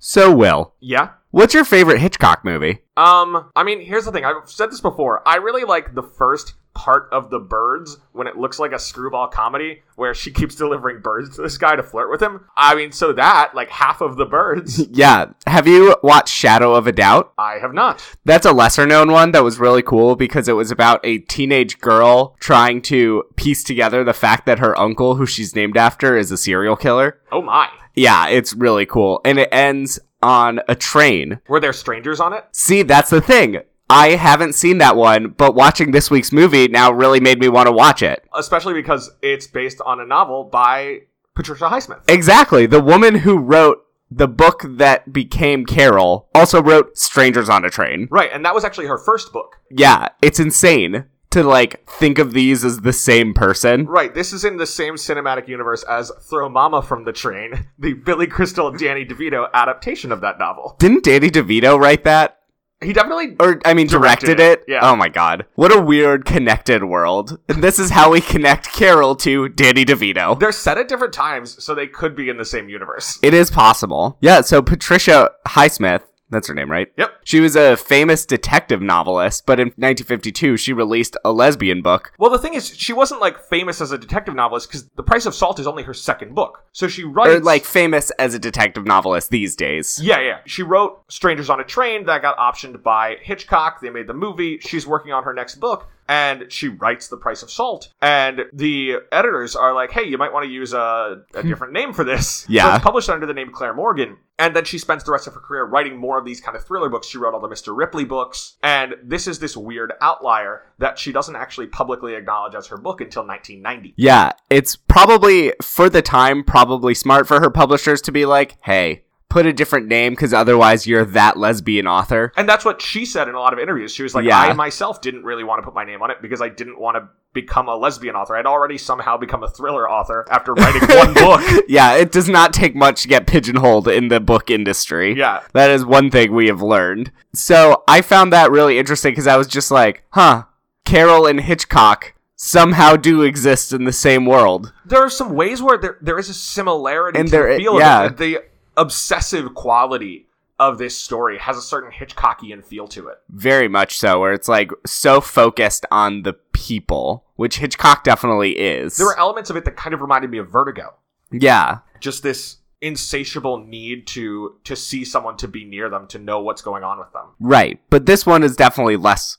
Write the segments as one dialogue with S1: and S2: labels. S1: So, Will,
S2: Yeah.
S1: what's your favorite Hitchcock movie?
S2: Um, I mean, here's the thing. I've said this before. I really like the first part of The Birds when it looks like a screwball comedy where she keeps delivering birds to this guy to flirt with him. I mean, so that, like half of The Birds,
S1: Yeah. Have you watched Shadow of a Doubt?
S2: I have not.
S1: That's a lesser known one that was really cool because it was about a teenage girl trying to piece together the fact that her uncle, who she's named after, is a serial killer.
S2: Oh my.
S1: Yeah, it's really cool. And it ends on a train.
S2: Were there strangers on it?
S1: See, that's the thing. I haven't seen that one, but watching this week's movie now really made me want to watch it.
S2: Especially because it's based on a novel by Patricia Highsmith.
S1: Exactly. The woman who wrote the book that became Carol also wrote Strangers on a Train.
S2: Right, and that was actually her first book.
S1: Yeah, it's insane to like think of these as the same person.
S2: Right, this is in the same cinematic universe as Throw Mama from the Train, the Billy Crystal Danny DeVito adaptation of that novel.
S1: Didn't Danny DeVito write that?
S2: He definitely
S1: Or I mean directed,
S2: Directed
S1: it?
S2: it, yeah.
S1: Oh my god. What a weird connected world. And this is how we connect Carol to Danny DeVito.
S2: They're set at different times, so they could be in the same universe.
S1: It is possible. Yeah, so Patricia Highsmith, that's her name, right?
S2: Yep.
S1: She was a famous detective novelist, but in 1952 she released a lesbian book.
S2: Well, the thing is, she wasn't like famous as a detective novelist because The Price of Salt is only her second book. So she
S1: Or
S2: writes
S1: like famous as a detective novelist these days.
S2: yeah, yeah. She wrote Strangers on a Train that got optioned by Hitchcock. They made the movie. She's working on her next book and she writes The Price of Salt. And the editors are like, "Hey, you might want to use a, a different name for this." So
S1: Yeah.
S2: it's published under the name Claire Morgan. And then she spends the rest of her career writing more of these kind of thriller books. She wrote all the Mr. Ripley books. And this is this weird outlier that she doesn't actually publicly acknowledge as her book until 1990.
S1: Yeah, it's probably for the time probably smart for her publishers to be like, "Hey, put a different name cuz otherwise you're that lesbian author."
S2: And that's what she said in a lot of interviews. She was like,
S1: Yeah.
S2: I myself didn't really want to put my name on it because I didn't want to become a lesbian author. I'd already somehow become a thriller author after writing one book.
S1: Yeah, it does not take much to get pigeonholed in the book industry.
S2: Yeah.
S1: That is one thing we have learned. So I found that really interesting because I was just like, huh, Carol and Hitchcock somehow do exist in the same world.
S2: There are some ways where there, there is a similarity
S1: And
S2: to
S1: there-
S2: the feel
S1: yeah.
S2: of it. The obsessive quality of this story has a certain Hitchcockian feel to it.
S1: Very much so, where it's like so focused on the people, which Hitchcock definitely is.
S2: There were elements of it that kind of reminded me of Vertigo.
S1: yeah.
S2: Just this insatiable need to to see someone to be near them to know what's going on with them
S1: Right. But this one is definitely less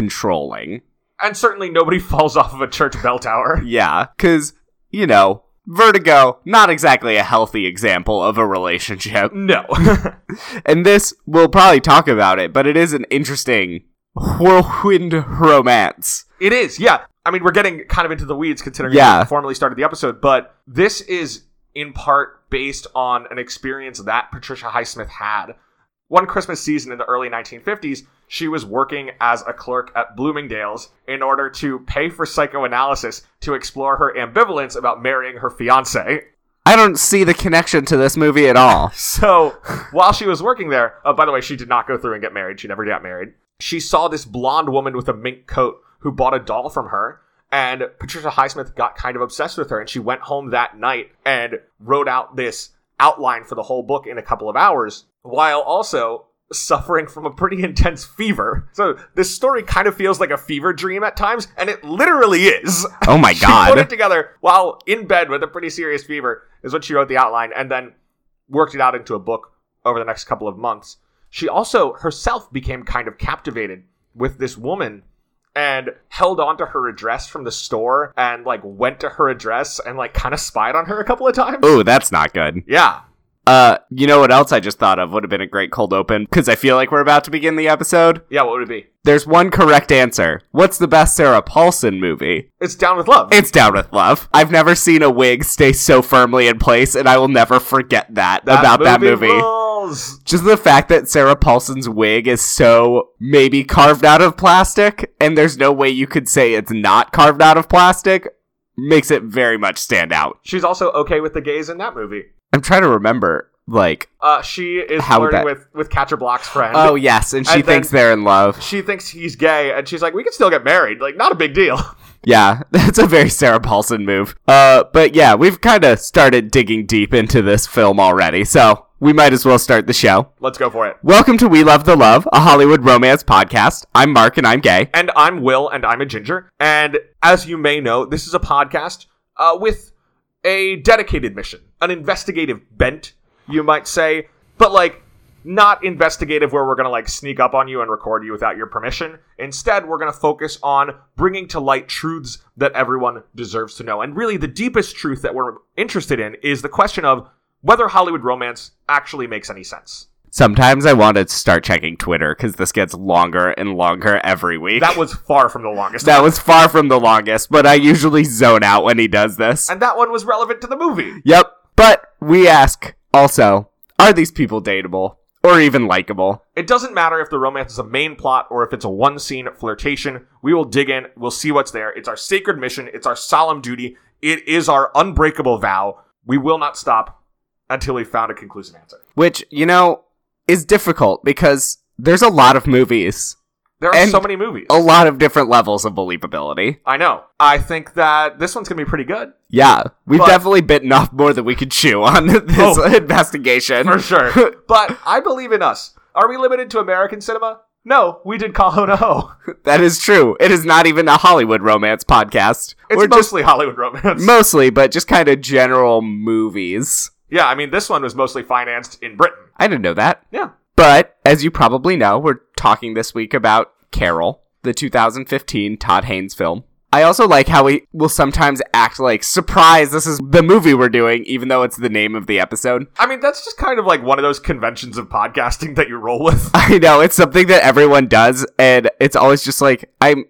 S1: controlling.
S2: and certainly nobody falls off of a church bell tower
S1: Yeah. Because, you know, Vertigo, not exactly a healthy example of a relationship.
S2: no
S1: And this, we'll probably talk about it, but it is an interesting whirlwind romance.
S2: It is, yeah. I mean, we're getting kind of into the weeds considering
S1: Yeah.
S2: we formally started the episode, but this is in part based on an experience that Patricia Highsmith had. One Christmas season in the early 1950s, she was working as a clerk at Bloomingdale's in order to pay for psychoanalysis to explore her ambivalence about marrying her fiance.
S1: I don't see the connection to this movie at all.
S2: So while she was working there, oh, by the way, she did not go through and get married. She never got married. She saw this blonde woman with a mink coat who bought a doll from her. And Patricia Highsmith got kind of obsessed with her. And she went home that night and wrote out this outline for the whole book in a couple of hours while also suffering from a pretty intense fever. So this story kind of feels like a fever dream at times. And it literally is.
S1: Oh my
S2: She put it
S1: god.
S2: together while in bed with a pretty serious fever, is what she wrote the outline and then worked it out into a book over the next couple of months. She also herself became kind of captivated with this woman and held onto her address from the store and like went to her address and like kind of spied on her a couple of times.
S1: Ooh, that's not good.
S2: Yeah.
S1: Uh, you know what else I just thought of would have been a great cold open because I feel like we're about to begin the episode.
S2: Yeah, what would it be?
S1: There's one correct answer. What's the best Sarah Paulson movie?
S2: It's Down with Love.
S1: It's Down with Love. I've never seen a wig stay so firmly in place, and I will never forget that, about that movie.
S2: rules.
S1: Just the fact that Sarah Paulson's wig is so maybe carved out of plastic, and there's no way you could say it's not carved out of plastic, makes it very much stand out.
S2: She's also okay with the gays in that movie.
S1: I'm trying to remember, like,
S2: Uh, she is
S1: How would
S2: flirting
S1: that-
S2: with with Catcher Block's friend.
S1: oh yes, and she
S2: and then-
S1: thinks they're in love.
S2: she thinks he's gay and she's like we can still get married like not a big deal
S1: Yeah, that's a very Sarah Paulson move. Uh, but yeah, we've kind of started digging deep into this film already, so we might as well start the show.
S2: Let's go for it.
S1: Welcome to We Love the Love, a Hollywood romance podcast. I'm Mark and I'm gay.
S2: And I'm Will, and I'm a ginger. And as you may know, this is a podcast uh, with a dedicated mission, an investigative bent, you might say, but like not investigative where we're going to like sneak up on you and record you without your permission. Instead, we're going to focus on bringing to light truths that everyone deserves to know. And really, the deepest truth that we're interested in is the question of whether Hollywood romance actually makes any sense.
S1: Sometimes I want to start checking Twitter because this gets longer and longer every week.
S2: That was far from the longest.
S1: that was far from the longest, but I usually zone out when he does this.
S2: and that one was relevant to the movie.
S1: Yep. But we ask also, are these people dateable or even likable?
S2: It doesn't matter if the romance is a main plot or if it's a one scene flirtation. We will dig in. We'll see what's there. It's our sacred mission. It's our solemn duty. It is our unbreakable vow. We will not stop until we've found a conclusive answer.
S1: Which, you know, is difficult because there's a lot of movies,
S2: There are
S1: And-
S2: so many movies.
S1: a lot of different levels of believability.
S2: I know. I think that this one's going to be pretty good.
S1: Yeah, we've
S2: But-
S1: definitely bitten off more than we could chew on this
S2: Oh.
S1: investigation.
S2: For sure. but I believe in us. Are we limited to American cinema? No, we did call Hona Ho.
S1: That is true. It is not even a Hollywood romance podcast.
S2: It's
S1: We're just
S2: mostly Hollywood romance.
S1: mostly, but just kind of general movies.
S2: yeah, I mean, this one was mostly financed in Britain.
S1: I didn't know that.
S2: Yeah.
S1: But as you probably know, we're talking this week about Carol, the 2015 Todd Haynes film. I also like how we will sometimes act like, surprise, this is the movie we're doing, even though it's the name of the episode.
S2: I mean, that's just kind of like one of those conventions of podcasting that you roll with.
S1: I know, it's something that everyone does, and it's always just like, I'm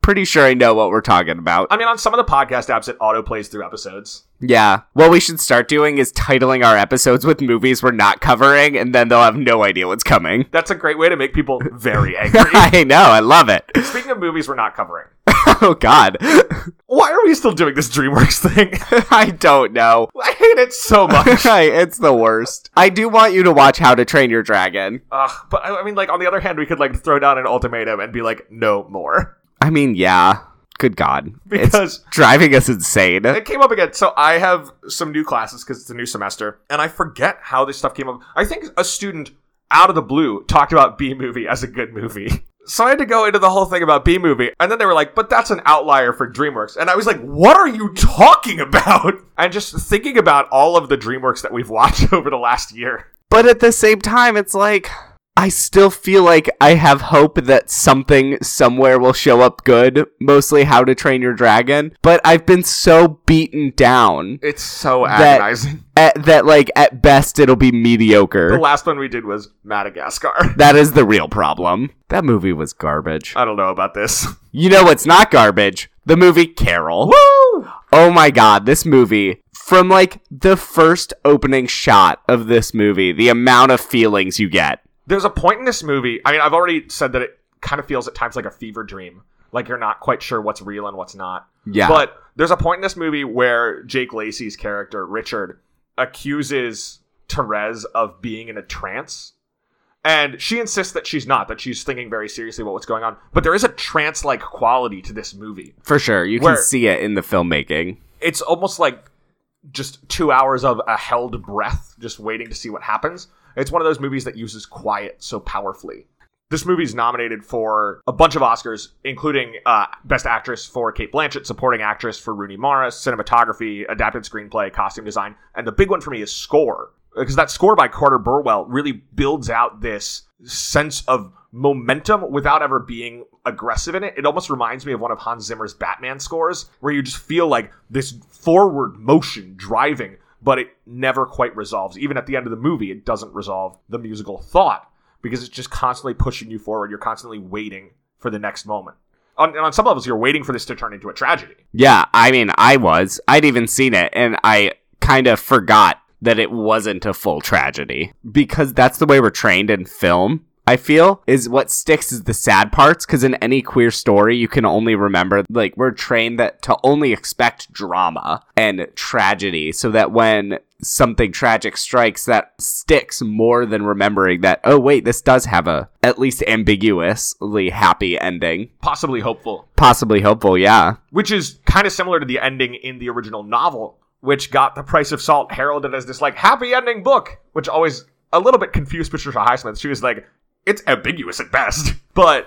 S1: pretty sure I know what we're talking about.
S2: I mean, on some of the podcast apps, it auto plays through episodes.
S1: Yeah. What we should start doing is titling our episodes with movies we're not covering, and then they'll have no idea what's coming.
S2: That's a great way to make people very angry.
S1: I know, I love it.
S2: Speaking of movies we're not covering,
S1: Oh, God.
S2: why are we still doing this DreamWorks thing?
S1: I don't know.
S2: I hate it so much.
S1: it's the worst. I do want you to watch How to Train Your Dragon.
S2: Ugh, but I I mean, like on the other hand, we could like throw down an ultimatum and be like, no more,
S1: I mean, yeah. Good God. it's
S2: because
S1: driving us insane.
S2: it came up again. So I have some new classes because it's a new semester, and I forget how this stuff came up. I think a student out of the blue talked about B movie as a good movie. So I had to go into the whole thing about B movie, and then they were like, "But that's an outlier for DreamWorks," and I was like, "What are you talking about?" And just thinking about all of the DreamWorks that we've watched over the last year.
S1: But at the same time, it's like, I still feel like I have hope that something somewhere will show up good, mostly How to Train Your Dragon. But I've been so beaten down
S2: It's so
S1: That-
S2: agonizing.
S1: at, that, like, at best, it'll be
S2: The
S1: mediocre.
S2: last one we did was Madagascar.
S1: That is the real problem. That movie was garbage.
S2: I don't know about this.
S1: You know what's not garbage? The movie Carol.
S2: Woo!
S1: Oh my god, this movie. From like the first opening shot of this movie, the amount of feelings you get.
S2: There's a point in this movie. I mean, I've already said that it kind of feels at times like a fever dream, like you're not quite sure what's real and what's not.
S1: Yeah.
S2: But there's a point in this movie where Jake Lacey's character Richard accuses Therese of being in a trance. And she insists that she's not, that she's thinking very seriously about what's going on. But there is a trance like quality to this movie.
S1: for sure, you
S2: Where-
S1: can see it in the filmmaking.
S2: it's almost like just two hours of a held breath, just waiting to see what happens. It's one of those movies that uses quiet so powerfully. This movie's nominated for a bunch of Oscars, including uh, Best Actress for Kate Blanchett, Supporting Actress for Rooney Mara, Cinematography, Adapted Screenplay, Costume Design, and the big one for me is Score, because that score by Carter Burwell really builds out this sense of momentum without ever being aggressive in it. It almost reminds me of one of Hans Zimmer's Batman scores, where you just feel like this forward motion driving, but it never quite resolves. Even at the end of the movie, it doesn't resolve the musical thought because it's just constantly pushing you forward. You're constantly waiting for the next moment. On, and on some levels, you're waiting for this to turn into a tragedy.
S1: Yeah, I mean, I was. I'd even seen it, and I kind of forgot that it wasn't a full tragedy because that's the way we're trained in film. I feel is what sticks is the sad parts because in any queer story you can only remember like we're trained that to only expect drama and tragedy so that when something tragic strikes that sticks more than remembering that oh wait this does have a at least ambiguously happy ending
S2: possibly hopeful,
S1: possibly hopeful yeah
S2: which is kind of similar to the ending in the original novel, which got The Price of Salt heralded as this like happy ending book, which always a little bit confused Patricia Highsmith. She was like, it's ambiguous at best, but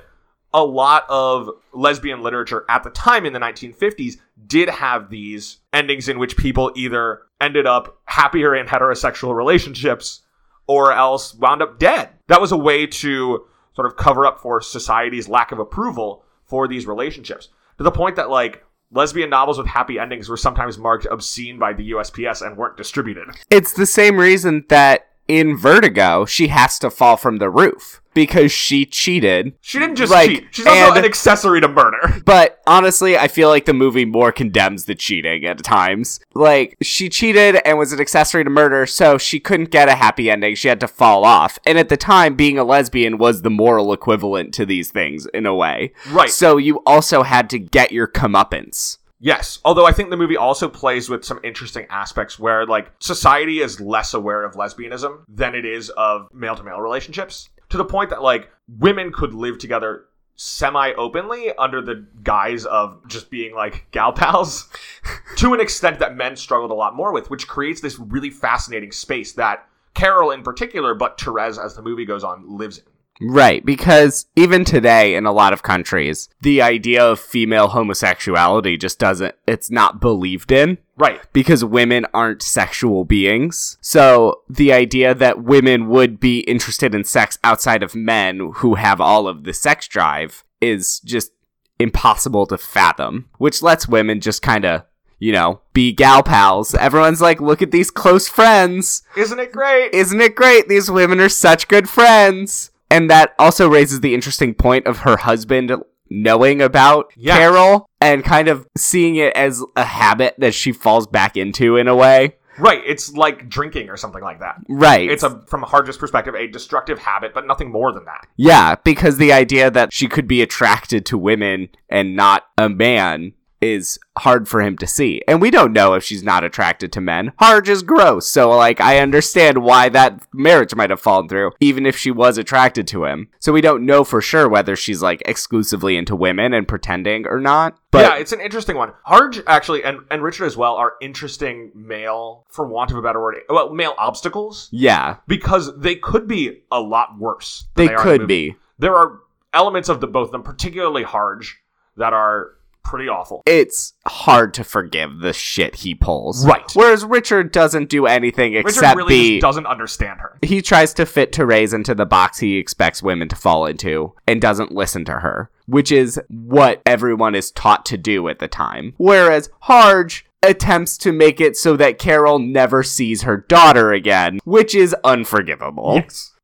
S2: a lot of lesbian literature at the time in the 1950s did have these endings in which people either ended up happier in heterosexual relationships or else wound up dead. That was a way to sort of cover up for society's lack of approval for these relationships to the point that like lesbian novels with happy endings were sometimes marked obscene by the USPS and weren't distributed.
S1: it's the same reason that in vertigo she has to fall from the roof because she cheated
S2: She didn't just
S1: Like,
S2: cheat. She's also
S1: and-
S2: an accessory to murder.
S1: But honestly, I feel like the movie more condemns the cheating at times. Like, she cheated and was an accessory to murder, so she couldn't get a happy ending. She had to fall off. And at the time, being a lesbian was the moral equivalent to these things, in a way.
S2: Right.
S1: So you also had to get your comeuppance.
S2: Yes. Although I think the movie also plays with some interesting aspects where like society is less aware of lesbianism than it is of male to male relationships to the point that like women could live together semi openly under the guise of just being like gal pals to an extent that men struggled a lot more with, which creates this really fascinating space that Carol in particular, but Therese as the movie goes on, lives in.
S1: Right, because even today in a lot of countries, the idea of female homosexuality just doesn't, it's not believed in.
S2: Right.
S1: because women aren't sexual beings. So the idea that women would be interested in sex outside of men who have all of the sex drive is just impossible to fathom, which lets women just kind of, you know, be gal pals. Everyone's like, look at these close friends.
S2: Isn't it great?
S1: Isn't it great? These women are such good friends. And that also raises the interesting point of her husband knowing about
S2: Yeah.
S1: Carol and kind of seeing it as a habit that she falls back into in a way.
S2: right. It's like drinking or something like that.
S1: Right.
S2: it's a from Hardra's perspective a destructive habit, but nothing more than that.
S1: yeah, because the idea that she could be attracted to women and not a man is hard for him to see. And we don't know if she's not attracted to men. Harge is gross, so like I understand why that marriage might have fallen through, even if she was attracted to him. So we don't know for sure whether she's like exclusively into women and pretending or not. But
S2: yeah, it's an interesting one. Harj actually and, and Richard as well are interesting male, for want of a better word, well, male obstacles
S1: yeah,
S2: because they could be a lot worse. than
S1: they,
S2: are in the
S1: could
S2: movie.
S1: be.
S2: There are elements of the both of them, particularly Harj, that are pretty awful.
S1: It's hard to forgive the shit he pulls.
S2: Right.
S1: Whereas Richard doesn't do anything
S2: Richard
S1: except
S2: really
S1: be
S2: just doesn't understand her.
S1: he tries to fit Therese into the box he expects women to fall into and doesn't listen to her, which is what everyone is taught to do at the time. Whereas Harge attempts to make it so that Carol never sees her daughter again, which is unforgivable.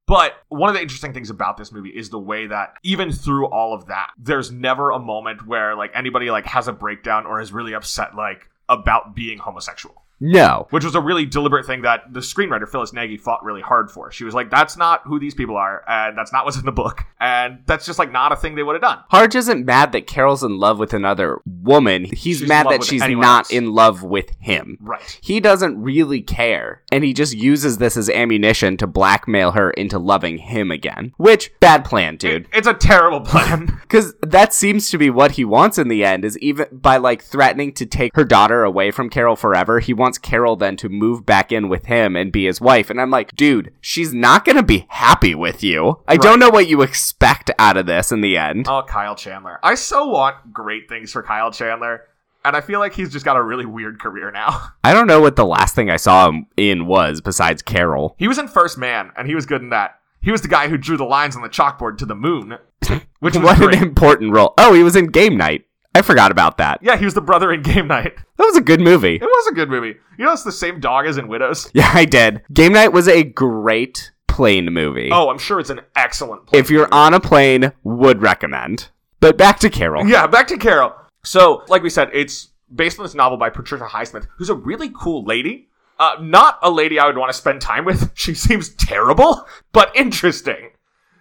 S2: But one of the interesting things about this movie is the way that even through all of that, there's never a moment where like anybody like has a breakdown or is really upset like about being homosexual.
S1: No.
S2: Which was a really deliberate thing that the screenwriter Phyllis Nagy fought really hard for. She was like, "That's not who these people are, and that's not what's in the book, and that's just like not a thing they would have done."
S1: Harge isn't mad that Carol's in love with another woman. He's
S2: She's in
S1: mad
S2: love
S1: that
S2: with
S1: she's
S2: anyone
S1: not
S2: else.
S1: in love with him.
S2: Right.
S1: He doesn't really care, and he just uses this as ammunition to blackmail her into loving him again. Which, bad plan, dude.
S2: It's a terrible plan.
S1: Because that seems to be what he wants in the end, is even by like threatening to take her daughter away from Carol forever, he wants Carol then to move back in with him and be his wife. And I'm like, dude, she's not going to be happy with you. I don't know what you expect out of this in the end.
S2: oh, Kyle Chandler. I so want great things for Kyle Chandler, and I feel like he's just got a really weird career now.
S1: I don't know what the last thing I saw him in was besides Carol.
S2: He was in First Man, and he was good in that. He was the guy who drew the lines on the chalkboard to the moon, which was
S1: What
S2: great.
S1: an important role. Oh, he was in Game Night. I forgot about that.
S2: yeah, he was the brother in Game Night.
S1: That was a good movie.
S2: It was a good movie. You know, it's the same dog as in Widows.
S1: Yeah, I did. Game Night was a great plane movie.
S2: Oh, I'm sure it's an excellent. Play.
S1: if you're on a plane, would recommend. But back to Carol.
S2: yeah, back to Carol. So, like we said, it's based on this novel by Patricia Highsmith, who's a really cool lady. Uh, not a lady I would want to spend time with. She seems terrible, but interesting.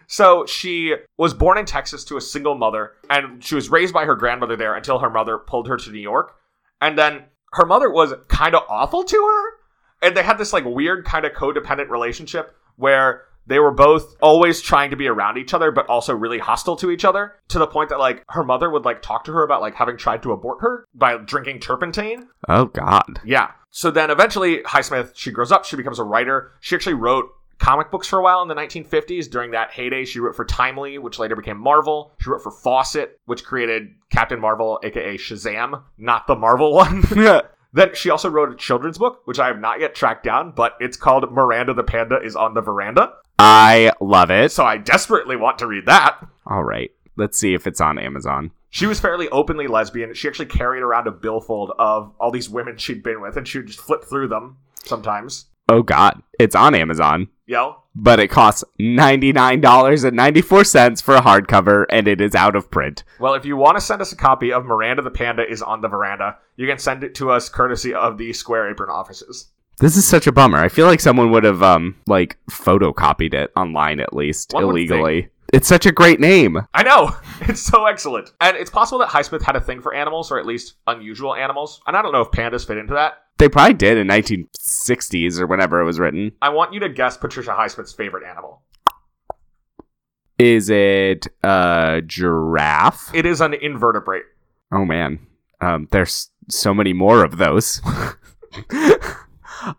S2: So she was born in Texas to a single mother, and she was raised by her grandmother there until her mother pulled her to New York. And then her mother was kind of awful to her and they had this like weird kind of codependent relationship where they were both always trying to be around each other but also really hostile to each other to the point that like her mother would like talk to her about like having tried to abort her by drinking turpentine
S1: Oh God.
S2: yeah so then eventually highsmith she grows up she becomes a writer she actually wrote comic books for a while in the 1950s during that heyday she wrote for timely which later became marvel she wrote for fawcett which created captain marvel aka shazam not the marvel one Then she also wrote a children's book, which I have not yet tracked down, but it's called Miranda the Panda is on the Veranda.
S1: I love it.
S2: So I desperately want to read that.
S1: All right. Let's see if it's on Amazon.
S2: She was fairly openly lesbian. She actually carried around a billfold of all these women she'd been with, and she would just flip through them sometimes.
S1: Oh God. It's on Amazon.
S2: Yo,
S1: But it costs $99.94 for a hardcover and it is out of print.
S2: well, if you want to send us a copy of Miranda the Panda is on the Veranda, you can send it to us courtesy of the Square Apron offices.
S1: This is such a bummer. I feel like someone would have um like photocopied it online at least
S2: One would
S1: illegally. It's such a great name.
S2: I know. It's so excellent. And it's possible that Highsmith had a thing for animals, or at least unusual animals. And I don't know if pandas fit into that.
S1: They probably did in 1960s or whenever it was written.
S2: I want you to guess Patricia Highsmith's favorite animal.
S1: Is it a giraffe?
S2: It is an invertebrate.
S1: Oh man, um, there's so many more of those.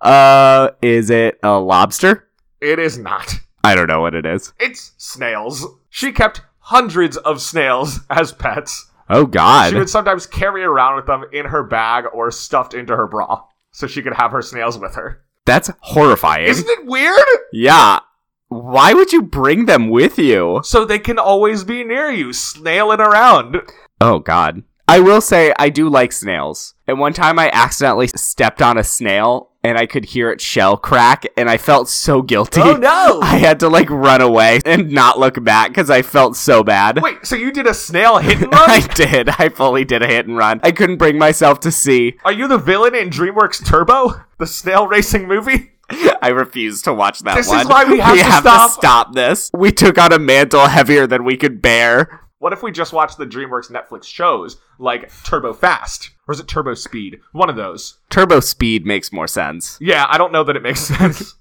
S1: uh, is it a lobster?
S2: It is not.
S1: I don't know what it is.
S2: It's snails. She kept hundreds of snails as pets.
S1: Oh God,
S2: She would sometimes carry around with them in her bag or stuffed into her bra so she could have her snails with her.
S1: that's horrifying.
S2: Isn't it weird?
S1: yeah, why would you bring them with you?
S2: So they can always be near you, snailing around.
S1: Oh God. I will say I do like snails. And one time I accidentally stepped on a snail and I could hear its shell crack and I felt so guilty.
S2: Oh no!
S1: I had to like run away and not look back because I felt so bad.
S2: Wait, so you did a snail hit and
S1: I
S2: run?
S1: did. I fully did a hit and run. I couldn't bring myself to see.
S2: Are you the villain in DreamWorks Turbo, the snail racing movie?
S1: I refused to watch that
S2: This is
S1: one.
S2: why we have to stop.
S1: this. We took on a mantle heavier than we could bear.
S2: What if we just watch the DreamWorks Netflix shows like Turbo Fast? Or is it Turbo Speed? One of those.
S1: Turbo speed makes more sense.
S2: Yeah, I don't know that it makes sense.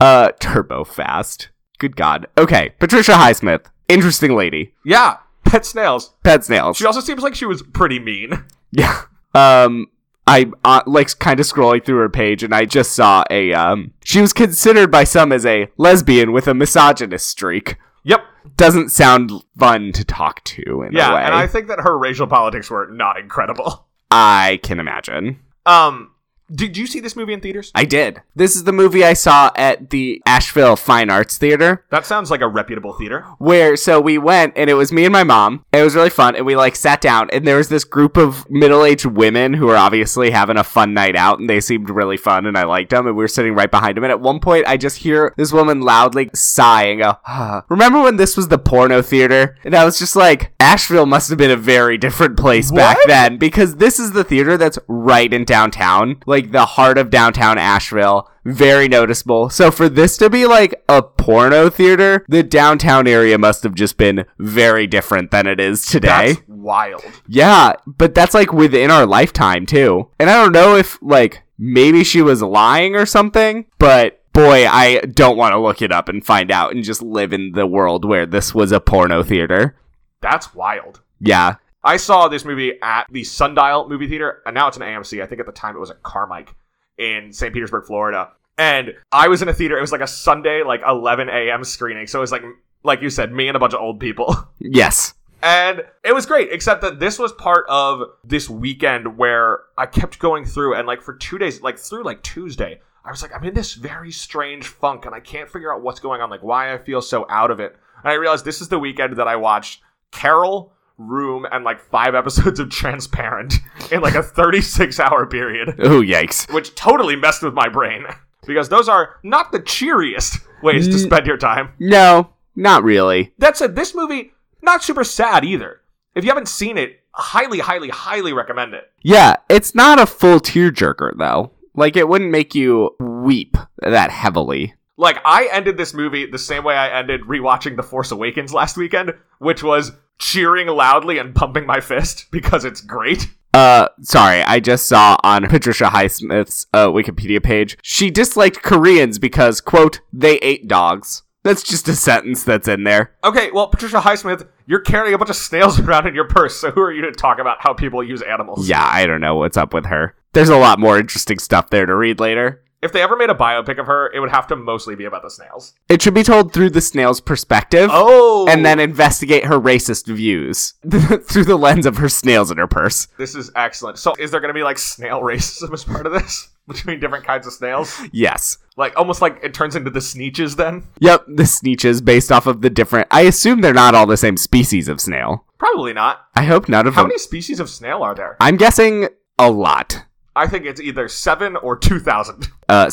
S1: Uh, turbo fast. Good God. Okay, Patricia Highsmith. Interesting lady.
S2: yeah, pet snails.
S1: Pet snails.
S2: She also seems like she was pretty mean.
S1: Yeah. Um, I uh, like kind of scrolling through her page, and I just saw a um. She was considered by some as a lesbian with a misogynist streak.
S2: Yep.
S1: Doesn't sound fun to talk to in
S2: Yeah,
S1: a way.
S2: and I think that her racial politics were not incredible.
S1: I can imagine.
S2: Um, did you see this movie in theaters?
S1: I did. This is the movie I saw at the Asheville Fine Arts Theater.
S2: That sounds like a reputable theater.
S1: where so we went and it was me and my mom and it was really fun and we like sat down and there was this group of middle-aged women who were obviously having a fun night out and they seemed really fun and i liked them and we were sitting right behind them and at one point i just hear this woman loudly sighing go, "Ah." remember when this was the porno theater and i was just like asheville must have been a very different place back
S2: What?
S1: then because this is the theater that's right in downtown like the heart of downtown asheville very noticeable. So for this to be like a porno theater, the downtown area must have just been very different than it is today.
S2: That's wild.
S1: Yeah, but that's like within our lifetime too. And I don't know if like maybe she was lying or something, but boy, I don't want to look it up and find out and just live in the world where this was a porno theater.
S2: That's wild.
S1: Yeah.
S2: I saw this movie at the Sundial movie theater, and now it's an AMC. I think at the time it was at Carmike in St. Petersburg, Florida. And I was in a theater. It was like a Sunday, like 11 a.m. screening. So it was like, like you said, me and a bunch of old people.
S1: Yes.
S2: And it was great, except that this was part of this weekend where I kept going through, and like for two days, like through like Tuesday, I was like, I'm in this very strange funk, and I can't figure out what's going on, like why I feel so out of it. And I realized this is the weekend that I watched Carol, Room, and like five episodes of Transparent in like a 36 hour period,
S1: Oh yikes.
S2: which totally messed with my brain because those are not the cheeriest ways to
S1: Mm.
S2: spend your time.
S1: No, not really.
S2: That said, this movie not super sad either. If you haven't seen it, highly, highly, highly recommend it.
S1: Yeah, it's not a full tearjerker though. Like it wouldn't make you weep that heavily.
S2: Like I ended this movie the same way I ended rewatching The Force Awakens last weekend, which was cheering loudly and pumping my fist because it's great.
S1: Uh, sorry, I just saw on Patricia Highsmith's uh, Wikipedia page she disliked Koreans because quote they ate dogs. That's just a sentence that's in there.
S2: Okay, well, Patricia Highsmith, you're carrying a bunch of snails around in your purse, so who are you to talk about how people use animals?
S1: Yeah, I don't know what's up with her. There's a lot more interesting stuff there to read later.
S2: If they ever made a biopic of her, it would have to mostly be about the snails.
S1: It should be told through the snail's perspective.
S2: Oh!
S1: And then investigate her racist views through the lens of her snails in her purse.
S2: This is excellent. So, is there going to be like snail racism as part of this? Between different kinds of snails?
S1: Yes.
S2: Like, almost like it turns into the sneeches then?
S1: Yep, the sneeches based off of the different. I assume they're not all the same species of snail.
S2: Probably not.
S1: I hope none of
S2: How
S1: them.
S2: many species of snail are there?
S1: I'm guessing a lot.
S2: I think it's either seven or 2,000.
S1: Uh,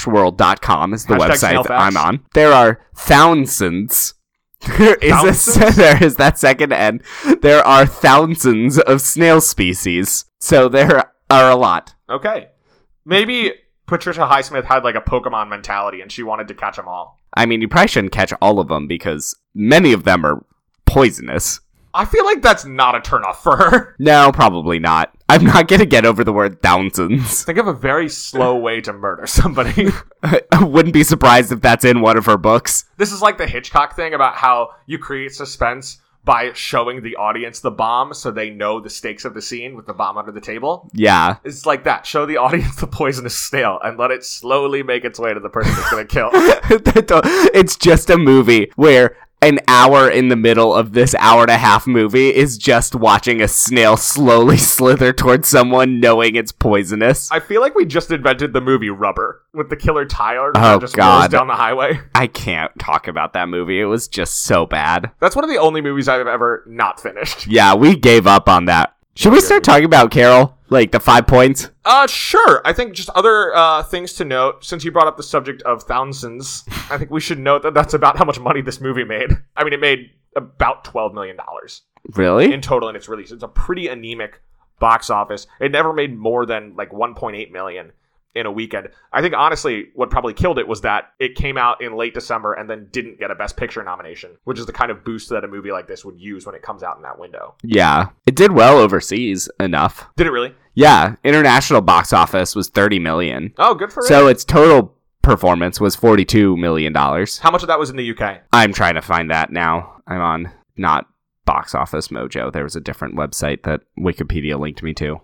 S1: snail-world.com is the
S2: Hashtag
S1: website
S2: snail
S1: that I'm
S2: facts.
S1: on. There are thousands. There is, a se-
S2: Thousands?
S1: there is that second N. There are thousands of snail species. So there are a lot.
S2: Okay. Maybe Patricia Highsmith had like a Pokemon mentality and she wanted to catch them all.
S1: I mean, you probably shouldn't catch all of them because many of them are poisonous.
S2: I feel like that's not a turnoff for her.
S1: No, probably not. I'm not going to get over the word thousands.
S2: Think of a very slow way to murder somebody.
S1: I wouldn't be surprised if that's in one of her books.
S2: this is like the Hitchcock thing about how you create suspense by showing the audience the bomb so they know the stakes of the scene with the bomb under the table.
S1: Yeah.
S2: It's like that. Show the audience the poisonous snail and let it slowly make its way to the person it's going to kill.
S1: it's just a movie where an hour in the middle of this hour and a half movie is just watching a snail slowly slither towards someone knowing it's poisonous.
S2: I feel like we just invented the movie Rubber with the killer Tyler
S1: Oh,
S2: who just rolls
S1: God.
S2: down the highway.
S1: I can't talk about that movie. It was just so bad.
S2: That's one of the only movies I've ever not finished.
S1: Yeah, we gave up on that. Should we start talking about Carol? Like the five points?
S2: Uh, sure. I think just other uh, things to note, since you brought up the subject of thousands, I think we should note that that's about how much money this movie made. I mean, it made about $12 million
S1: Really?
S2: in total in its release. It's a pretty anemic box office. It never made more than like 1.8 million in a weekend. I think honestly, what probably killed it was that it came out in late December and then didn't get a Best Picture nomination, which is the kind of boost that a movie like this would use when it comes out in that window.
S1: Yeah. It did well overseas enough.
S2: Did it really?
S1: Yeah, international box office was 30 million.
S2: Oh, good for it.
S1: So its total performance was 42 million dollars.
S2: How much of that was in the UK?
S1: I'm trying to find that now. I'm on not Box Office Mojo. There was a different website that Wikipedia linked me to.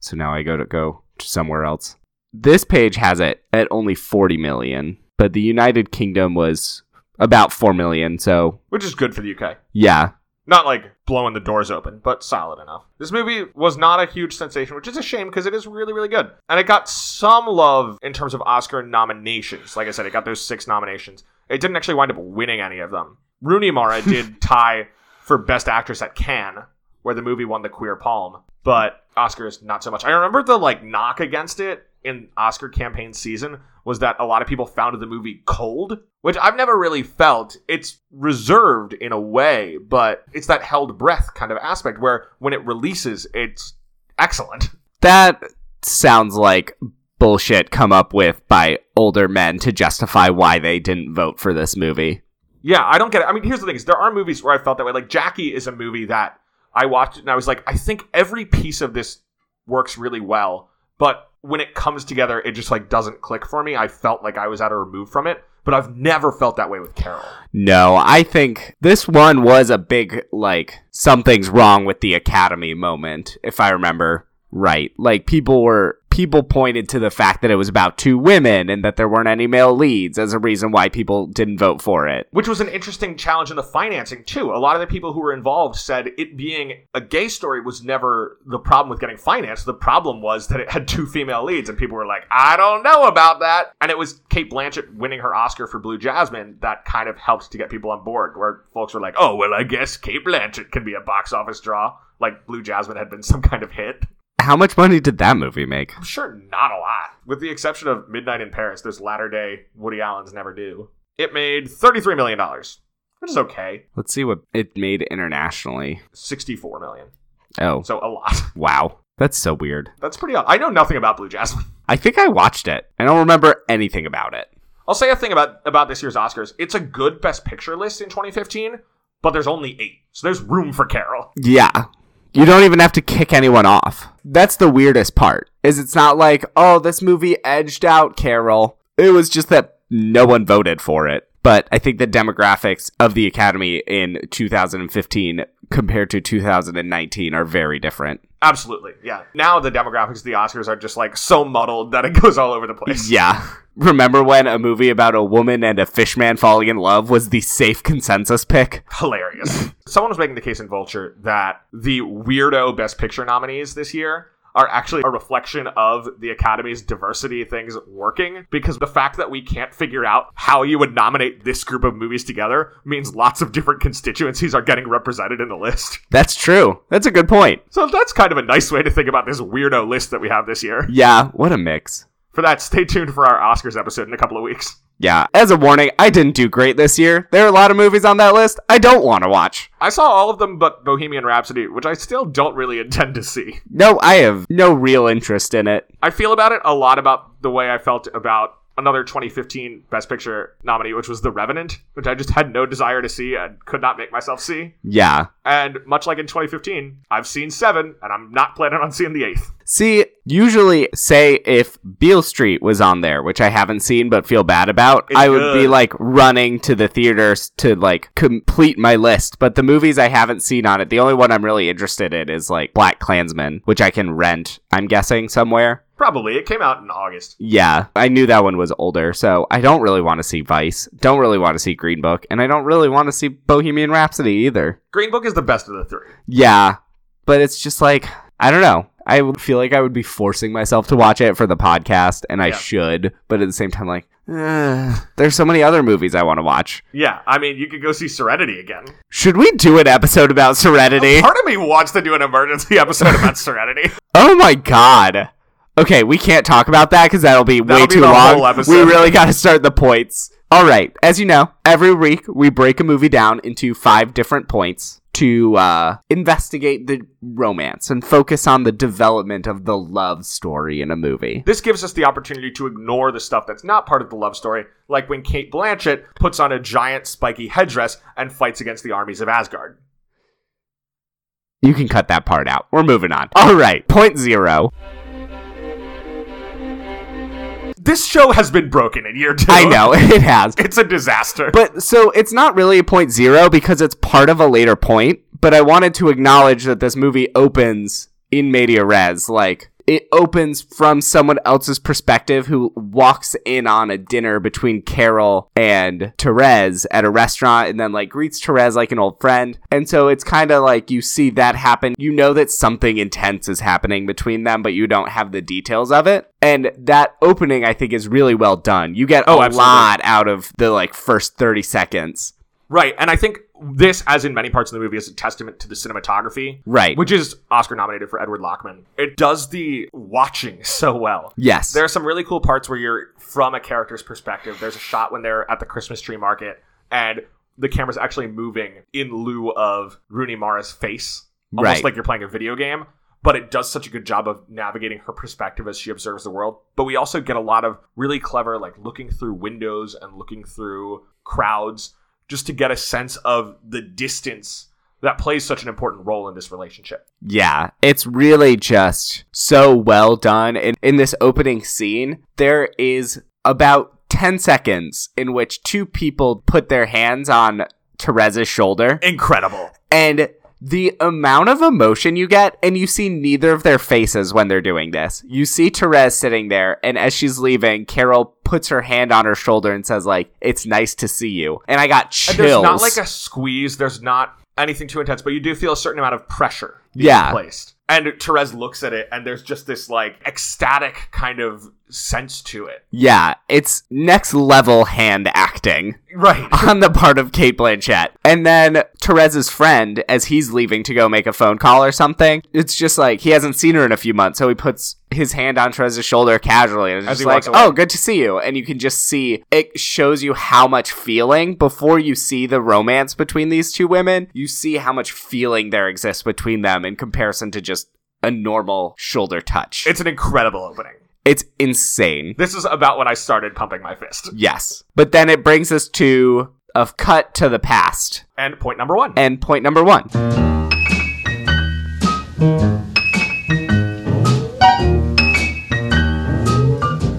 S1: So now I go to go to somewhere else. This page has it at only 40 million, but the United Kingdom was about 4 million. So,
S2: Which is good for the UK.
S1: yeah.
S2: not like blowing the doors open, but solid enough. This movie was not a huge sensation, which is a shame because it is really, really good. And it got some love in terms of Oscar nominations. Like I said, it got those six nominations. It didn't actually wind up winning any of them. Rooney Mara did tie for Best Actress at Cannes, where the movie won the Queer Palm, but Oscars not so much. I remember the like knock against it in Oscar campaign season was that a lot of people found the movie cold, which I've never really felt. It's reserved in a way, but it's that held breath kind of aspect where when it releases, it's excellent.
S1: That sounds like bullshit come up with by older men to justify why they didn't vote for this movie.
S2: Yeah, I don't get it. I mean, here's the thing: is there are movies where I felt that way. Like Jackie is a movie that I watched and I was like, I think every piece of this works really well, but when it comes together, it just like doesn't click for me. I felt like I was at a remove from it, but I've never felt that way with Carol.
S1: No, I think this one was a big, like, something's wrong with the Academy moment, if I remember right. Like, people were, people pointed to the fact that it was about two women and that there weren't any male leads as a reason why people didn't vote for it.
S2: Which was an interesting challenge in the financing too. A lot of the people who were involved said it being a gay story was never the problem with getting financed. The problem was that it had two female leads, and people were like, "I don't know about that." And it was Kate Blanchett winning her Oscar for Blue Jasmine that kind of helped to get people on board, where folks were like, "Oh well, I guess Kate Blanchett can be a box office draw." Like Blue Jasmine had been some kind of hit.
S1: How much money did that movie make?
S2: I'm sure not a lot. With the exception of Midnight in Paris, those latter day Woody Allen's never do. It made $33 million, which is okay.
S1: Let's see what it made internationally.
S2: 64 million.
S1: Oh,
S2: So a lot.
S1: wow. That's so weird.
S2: That's pretty odd. I know nothing about Blue Jasmine.
S1: I think I watched it. I don't remember anything about it.
S2: I'll say a thing about, about this year's Oscars. It's a good Best Picture list in 2015, but there's only eight. So there's room for Carol.
S1: Yeah. You don't even have to kick anyone off. That's the weirdest part. Is it's not like, "Oh, this movie edged out Carol." It was just that no one voted for it. But I think the demographics of the Academy in 2015 compared to 2019 are very different.
S2: Absolutely. Yeah. Now the demographics of the Oscars are just like so muddled that it goes all over the place.
S1: Yeah. Remember when a movie about a woman and a fishman falling in love was the safe consensus pick?
S2: Hilarious. Someone was making the case in Vulture that the weirdo Best Picture nominees this year are actually a reflection of the Academy's diversity things working because the fact that we can't figure out how you would nominate this group of movies together means lots of different constituencies are getting represented in the list.
S1: That's true. That's a good point.
S2: So that's kind of a nice way to think about this weirdo list that we have this year.
S1: Yeah, what a mix.
S2: For that, stay tuned for our Oscars episode in a couple of weeks.
S1: Yeah, as a warning, I didn't do great this year. There are a lot of movies on that list I don't want to watch.
S2: I saw all of them but Bohemian Rhapsody, which I still don't really intend to see.
S1: No, I have no real interest in it.
S2: I feel about it a lot about the way I felt about another 2015 Best Picture nominee, which was The Revenant, which I just had no desire to see and could not make myself see.
S1: Yeah.
S2: And much like in 2015, I've seen seven, and I'm not planning on seeing the eighth.
S1: See, usually, say if Beale Street was on there, which I haven't seen but feel bad about,
S2: It's
S1: I would be
S2: good.
S1: like running to the theaters to like complete my list. But the movies I haven't seen on it, the only one I'm really interested in is like Black Klansman, which I can rent, I'm guessing, somewhere.
S2: Probably. It came out in August.
S1: Yeah, I knew that one was older, so I don't really want to see Vice, don't really want to see Green Book, and I don't really want to see Bohemian Rhapsody either.
S2: Green Book is the best of the three.
S1: Yeah, but it's just like, I don't know. I would feel like I would be forcing myself to watch it for the podcast, and I
S2: Yeah.
S1: should, but at the same time, like, eh, there's so many other movies I want to watch.
S2: Yeah, I mean, you could go see Serenity again.
S1: Should we do an episode about Serenity?
S2: Part of me wants to do an emergency episode about Serenity.
S1: Oh my god. Okay, we can't talk about that because that'll be way
S2: That'll be
S1: too
S2: the
S1: long.
S2: whole episode.
S1: We really got to start the points. All right, as you know, every week we break a movie down into five different points to uh, investigate the romance and focus on the development of the love story in a movie.
S2: This gives us the opportunity to ignore the stuff that's not part of the love story, like when Kate Blanchett puts on a giant spiky headdress and fights against the armies of Asgard.
S1: You can cut that part out. We're moving on. All right, point zero.
S2: This show has been broken in year two.
S1: I know it has,
S2: It's a disaster.
S1: But so it's not really a point zero because it's part of a later point. But I wanted to acknowledge that this movie opens in media res. Like it opens from someone else's perspective who walks in on a dinner between Carol and Therese at a restaurant and then like greets Therese like an old friend. And so it's kind of like you see that happen. You know that something intense is happening between them, but you don't have the details of it. And that opening, I think, is really well done. You get
S2: Oh,
S1: a
S2: absolutely.
S1: lot lot out of the like first 30 seconds.
S2: right, and I think this, as in many parts of the movie, is a testament to the cinematography.
S1: Right.
S2: Which is Oscar nominated for Edward Lockman. It does the watching so well.
S1: yes.
S2: There are some really cool parts where you're from a character's perspective. There's a shot when they're at the Christmas tree market and the camera's actually moving in lieu of Rooney Mara's face, almost
S1: Right.
S2: like you're playing a video game. But it does such a good job of navigating her perspective as she observes the world. But we also get a lot of really clever, like looking through windows and looking through crowds just to get a sense of the distance that plays such an important role in this relationship.
S1: yeah. It's really just so well done. And in this opening scene, there is about 10 seconds in which two people put their hands on Therese's shoulder
S2: Incredible.
S1: and the amount of emotion you get, and you see neither of their faces when they're doing this. You see Therese sitting there, and as she's leaving, Carol puts her hand on her shoulder and says, like, it's nice to see you. And I got chills.
S2: And There's not like a squeeze. There's not anything too intense, but you do feel a certain amount of pressure
S1: yeah.
S2: placed. And Therese looks at it, and there's just this like ecstatic kind of sense to it.
S1: Yeah, it's next level hand acting
S2: Right.
S1: on the part of Kate Blanchett. And then Therese's friend, as he's leaving to go make a phone call or something, it's just like he hasn't seen her in a few months, so he puts his hand on Therese's shoulder casually and is
S2: As
S1: just
S2: he walks
S1: like,
S2: away.
S1: "Oh, good to see you." And you can just see it shows you how much feeling before you see the romance between these two women. You see how much feeling there exists between them in comparison to just a normal shoulder touch.
S2: It's an incredible opening.
S1: it's insane.
S2: This is about when I started pumping my fist.
S1: Yes. But then it brings us to a cut to the past.
S2: And point number one.
S1: And point number one.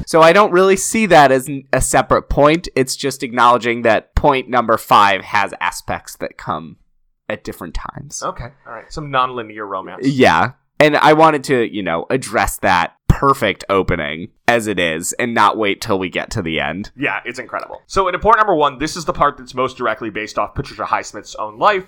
S1: So I don't really see that as n- a separate point. It's just acknowledging that point number five has aspects that come at different times.
S2: Okay, all right. Some nonlinear romance.
S1: Yeah. And I wanted to, you know, address that perfect opening as it is and not wait till we get to the end.
S2: Yeah, it's incredible. So in report number one, this is the part that's most directly based off Patricia Highsmith's own life,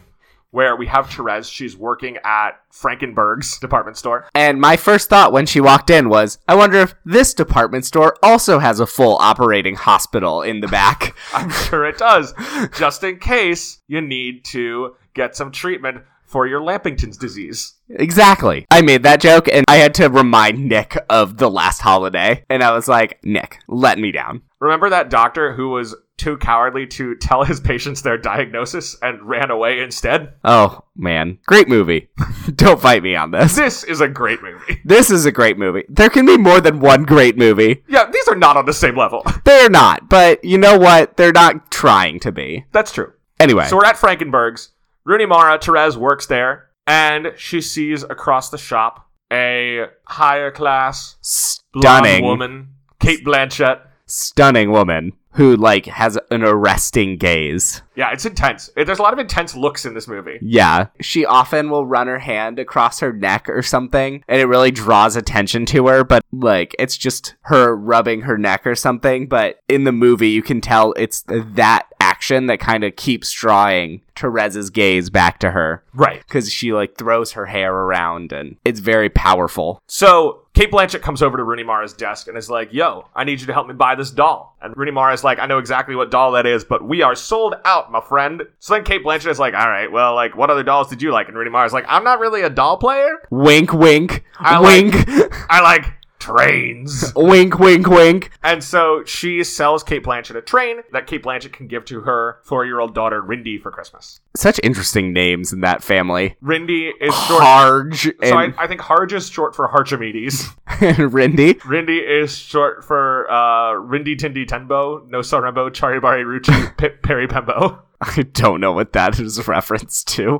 S2: where we have Therese. She's working at Frankenberg's department store.
S1: And my first thought when she walked in was, I wonder if this department store also has a full operating hospital in the back.
S2: I'm sure it does, just in case you need to get some treatment for your Lampington's disease.
S1: exactly. I made that joke and I had to remind Nick of the last holiday. And I was like, Nick, let me down.
S2: Remember that doctor who was too cowardly to tell his patients their diagnosis and ran away instead?
S1: Oh, man. Great movie. Don't fight me on this.
S2: This is a great movie.
S1: This is a great movie. There can be more than one great movie.
S2: Yeah, these are not on the same level.
S1: They're not, but you know what? They're not trying to be.
S2: That's true.
S1: Anyway,
S2: So we're at Frankenberg's. Rooney Mara, Therese works there, and she sees across the shop a higher class blonde
S1: stunning,
S2: woman, Kate Blanchett.
S1: stunning woman who like has an arresting gaze.
S2: Yeah, it's intense. It- There's a lot of intense looks in this movie.
S1: Yeah, she often will run her hand across her neck or something, and it really draws attention to her. But like, it's just her rubbing her neck or something. But in the movie, you can tell it's that action that kind of keeps drawing Therese's gaze back to her.
S2: Right.
S1: because she like throws her hair around and it's very powerful.
S2: So Kate Blanchett comes over to Rooney Mara's desk and is like, "Yo, I need you to help me buy this doll." And Rooney Mara's like, "I know exactly what doll that is, but we are sold out, my friend." So then Kate Blanchett is like, "All right, well, like, what other dolls did you like?" And Rooney Mara's like, "I'm not really a doll player.
S1: Wink, wink,
S2: I
S1: wink,
S2: I like trains."
S1: wink, wink, wink.
S2: And so she sells Kate Blanchett a train that Kate Blanchett can give to her four year old daughter, Rindy, for Christmas.
S1: Such interesting names in that family.
S2: Rindy is short.
S1: Harge
S2: so I,
S1: and,
S2: I think Harge is short for Harchimedes.
S1: and Rindy.
S2: Rindy is short for uh, Rindy Tindy Tenbo, No Sarembo, Charibari Ruchi, P- Perry Pembo.
S1: I don't know what that is reference to.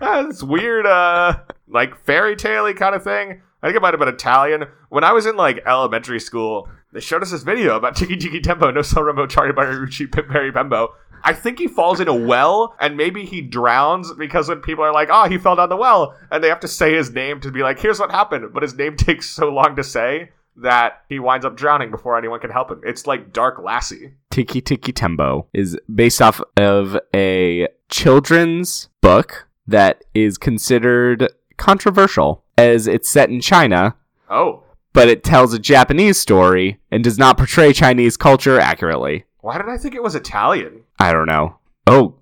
S2: That's Ah, weird, uh, like fairy tale kind of thing. I think it might have been Italian. When I was in like elementary school, they showed us this video about Tiki Tiki Tempo, No So Rumbo, Chari Baruchi, Pip Perry Bembo. I think he falls in a well and maybe he drowns because when people are like, oh, he fell down the well, and they have to say his name to be like, here's what happened. But his name takes so long to say that he winds up drowning before anyone can help him. It's like Dark Lassie.
S1: Tiki Tiki Tembo is based off of a children's book that is considered controversial as it's set in China,
S2: Oh,
S1: but it tells a Japanese story and does not portray Chinese culture accurately.
S2: why did I think it was Italian?
S1: I don't know. Oh.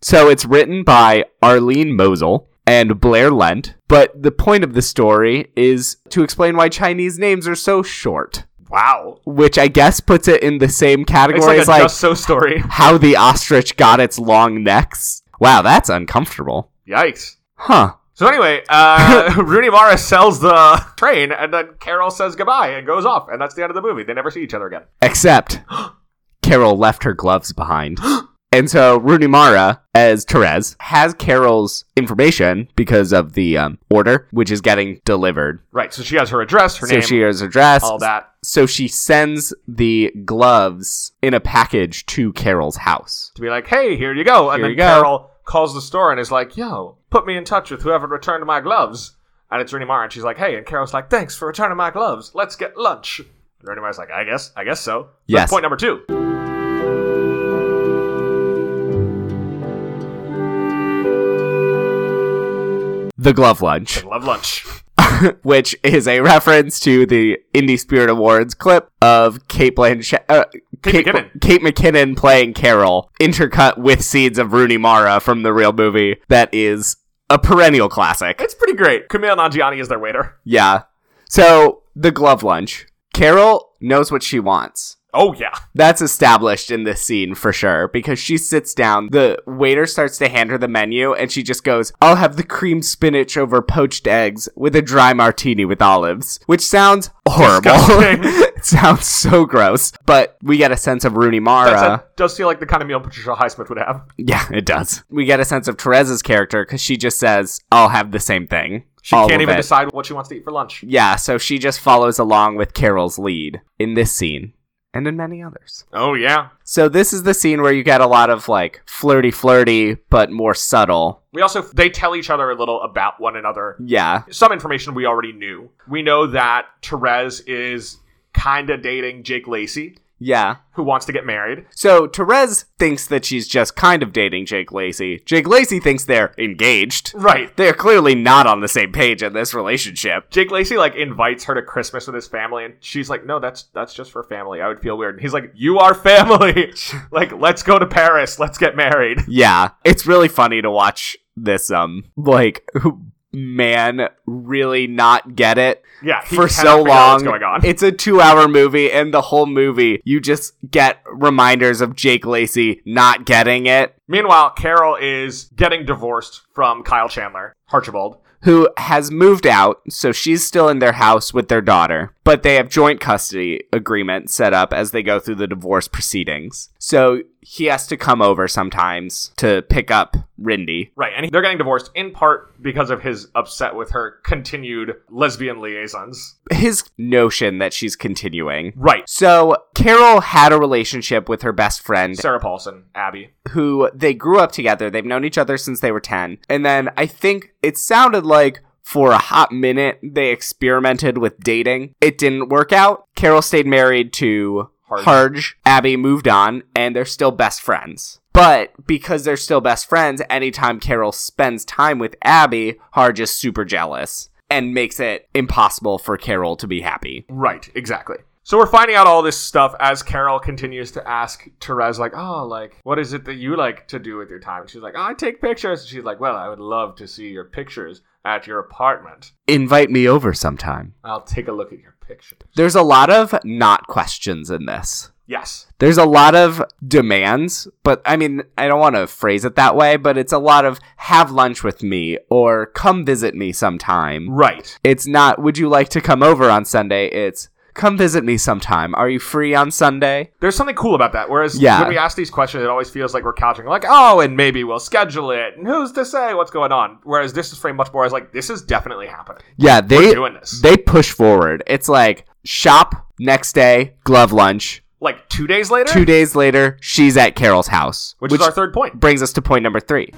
S1: So it's written by Arlene Mosel and Blair Lent, but the point of the story is to explain why Chinese names are so short,
S2: Wow.
S1: which I guess puts it in the same
S2: It's
S1: category
S2: like a
S1: as like
S2: Just So story.
S1: how the ostrich got its long necks. Wow, that's uncomfortable.
S2: Yikes.
S1: Huh.
S2: So anyway, uh, Rooney Mara sells the train, and then Carol says goodbye and goes off, and that's the end of the movie. They never see each other again.
S1: Except Carol left her gloves behind. and so Rooney Mara, as Therese, has Carol's information because of the um, order, which is getting delivered
S2: Right. So she has her address, her
S1: so
S2: name,
S1: she has her dress.
S2: all that
S1: So she sends the gloves in a package to Carol's house.
S2: to be like, "Hey, here you go." And
S1: Here
S2: then
S1: you go.
S2: Carol calls the store and is like, "Yo, put me in touch with whoever returned my gloves." And it's Rooney Mara, and she's like, "Hey," and Carol's like, "Thanks for returning my gloves. Let's get lunch." And Rooney Mara's like, "I guess, I guess so."
S1: Yes.
S2: That's point number two.
S1: The glove lunch,
S2: Love lunch.
S1: which is a reference to the Indie Spirit Awards clip of Kate Blanchett. Uh,
S2: Kate McKinnon.
S1: Kate McKinnon playing Carol, intercut with scenes of Rooney Mara from the real movie. That is a perennial classic.
S2: It's pretty great. Camille Nanjiani is their waiter.
S1: Yeah. So the glove lunch. Carol knows what she wants.
S2: Oh yeah.
S1: That's established in this scene for sure because she sits down. The waiter starts to hand her the menu and she just goes, I'll have the creamed spinach over poached eggs with a dry martini with olives, which sounds horrible.
S2: Disgusting.
S1: it sounds so gross, but we get a sense of Rooney Mara.
S2: That's- that does feel like the kind of meal Patricia Highsmith would have.
S1: yeah, it does. We get a sense of Therese's character because she just says, I'll have the same thing.
S2: She
S1: All of
S2: can't even
S1: it.
S2: decide what she wants to eat for lunch.
S1: Yeah, so she just follows along with Carol's lead in this scene and in many others.
S2: Oh yeah.
S1: So this is the scene where you get a lot of like flirty flirty but more subtle.
S2: We also they tell each other a little about one another.
S1: Yeah.
S2: Some information we already knew. We know that Therese is kinda dating Jake Lacey,
S1: Yeah.
S2: who wants to get married.
S1: So Therese thinks that she's just kind of dating Jake Lacey. Jake Lacey thinks they're engaged.
S2: Right.
S1: They're clearly not on the same page in this relationship.
S2: Jake Lacey like invites her to Christmas with his family, and she's like, "No, that's that's just for family. I would feel weird." And he's like, "You are family. like, let's go to Paris. Let's get married."
S1: Yeah. It's really funny to watch this um like man really not get it
S2: Yeah, he
S1: for
S2: cannot
S1: so
S2: figure out
S1: long.
S2: what's going on?
S1: It's a two hour movie, and the whole movie, you just get reminders of Jake Lacey not getting it,
S2: Meanwhile, Carol is getting divorced from Kyle Chandler, Archibald.
S1: who has moved out, so she's still in their house with their daughter, but they have joint custody agreement set up as they go through the divorce proceedings. So he has to come over sometimes to pick up Rindy.
S2: Right, and they're getting divorced in part because of his upset with her continued lesbian liaisons.
S1: His notion that she's continuing.
S2: Right.
S1: So Carol had a relationship with her best friend
S2: Sarah Paulson, Abby.
S1: who they grew up together. They've known each other since they were 10. And then I think it sounded like for a hot minute they experimented with dating. It didn't work out. Carol stayed married to
S2: Harge.
S1: Harge. Abby moved on, and they're still best friends. But because they're still best friends, anytime Carol spends time with Abby, Harge is super jealous and makes it impossible for Carol to be happy.
S2: Right, exactly. So we're finding out all this stuff as Carol continues to ask Therese, like, oh, like, what is it that you like to do with your time? And she's like, "Oh, I take pictures. And she's like, well, I would love to see your pictures at your apartment.
S1: Invite me over sometime.
S2: I'll take a look at your pictures.
S1: There's a lot of not questions in this.
S2: Yes.
S1: there's a lot of demands, but I mean, I don't want to phrase it that way, but it's a lot of have lunch with me or come visit me sometime.
S2: Right.
S1: It's not, would you like to come over on Sunday? It's, come visit me sometime. Are you free on Sunday?
S2: There's something cool about that. Whereas
S1: Yeah.
S2: when we ask these questions, it always feels like we're couching, like, oh, and maybe we'll schedule it. And who's to say what's going on? Whereas this is framed much more as, like, this is definitely happening.
S1: Yeah, they
S2: Doing this.
S1: they push forward. It's like shop next day, glove lunch.
S2: Like, two days later?
S1: Two days later, she's at Carol's house,
S2: which, is our third point.
S1: brings us to point number three.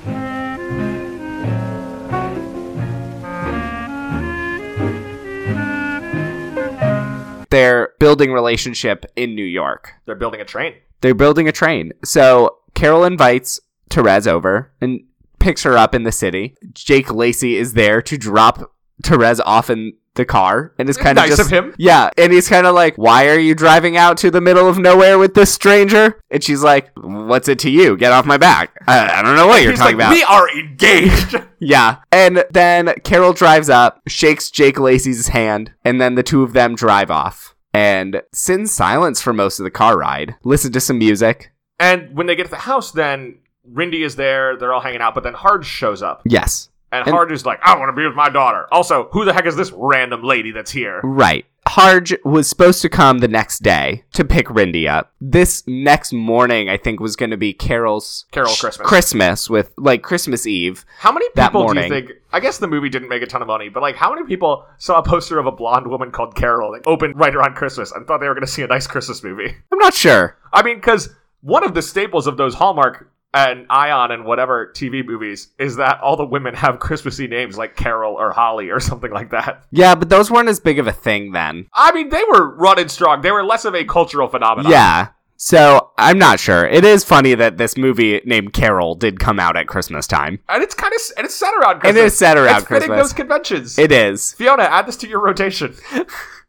S1: They're building relationship in New York.
S2: They're building a train.
S1: They're building a train. So Carol invites Therese over and picks her up in the city. Jake Lacey is there to drop Therese off in the car and is kind
S2: Nice
S1: of
S2: of him.
S1: Yeah, and he's kind of like, "Why are you driving out to the middle of nowhere with this stranger?" And she's like, "What's it to you? Get off my back. I, I don't know what you're
S2: He's
S1: talking
S2: like,
S1: about."
S2: we are engaged.
S1: Yeah. And then Carol drives up, shakes Jake Lacey's hand, and then the two of them drive off and sit in silence for most of the car ride, listen to some music.
S2: And when they get to the house, then Rindy is there. They're all hanging out, but then Hard shows up,
S1: Yes.
S2: and,
S1: And-
S2: Hard is like, "I want to be with my daughter." Also, who the heck is this random lady that's here?
S1: Right. Harge was supposed to come the next day to pick Rindy up. This next morning, I think, was going to be Carol's
S2: Carol
S1: sh-
S2: Christmas.
S1: Christmas with like Christmas Eve.
S2: How many
S1: That
S2: people do you
S1: morning.
S2: think? I guess the movie didn't make a ton of money, but like, how many people saw a poster of a blonde woman called Carol that opened right around Christmas and thought they were going to see a nice Christmas movie?
S1: I'm not sure.
S2: I mean, because one of the staples of those Hallmark and Ion and whatever TV movies is that all the women have Christmassy names like Carol or Holly or something like that.
S1: Yeah, but those weren't as big of a thing then.
S2: I mean, they were running strong. They were less of a cultural phenomenon.
S1: Yeah. So I'm not sure. It is funny that this movie named Carol did come out at Christmas time.
S2: and it's kind of and it's set around
S1: And
S2: Christmas.
S1: it is set around
S2: it's fitting
S1: Christmas.
S2: those conventions.
S1: It is.
S2: Fiona, add this to your rotation.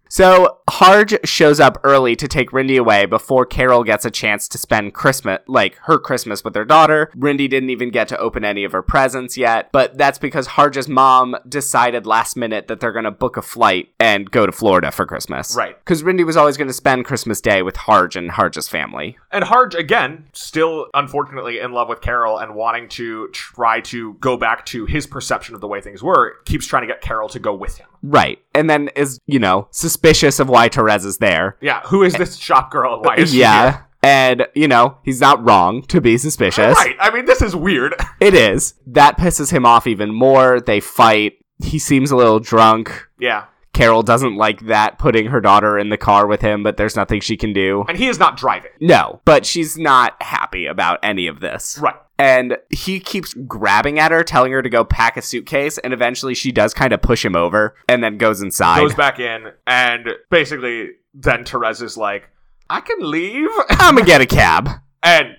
S1: So Harge shows up early to take Rindy away before Carol gets a chance to spend Christmas, like her Christmas with her daughter. Rindy didn't even get to open any of her presents yet, but that's because Harge's mom decided last minute that they're going to book a flight and go to Florida for Christmas.
S2: Right.
S1: Because Rindy was always going to spend Christmas Day with Harge and Harge's family.
S2: And Harge again, still unfortunately in love with Carol and wanting to try to go back to his perception of the way things were, keeps trying to get Carol to go with him.
S1: Right. And then is, you know, suspicious of why Therese is there.
S2: Yeah, who is this shop girl? and Why is she
S1: yeah. And, you know, he's not wrong to be suspicious.
S2: here? Right. I mean, this is weird.
S1: It is. That pisses him off even more. They fight. he seems a little drunk.
S2: Yeah.
S1: Carol doesn't like that putting her daughter in the car with him, but there's nothing she can do.
S2: And he is not driving.
S1: No, but she's not happy about any of this.
S2: Right.
S1: And he keeps grabbing at her, telling her to go pack a suitcase, and eventually she does kind of push him over and then goes inside.
S2: Goes back in, and basically, then Therese is like, I can leave.
S1: I'm gonna get a cab.
S2: And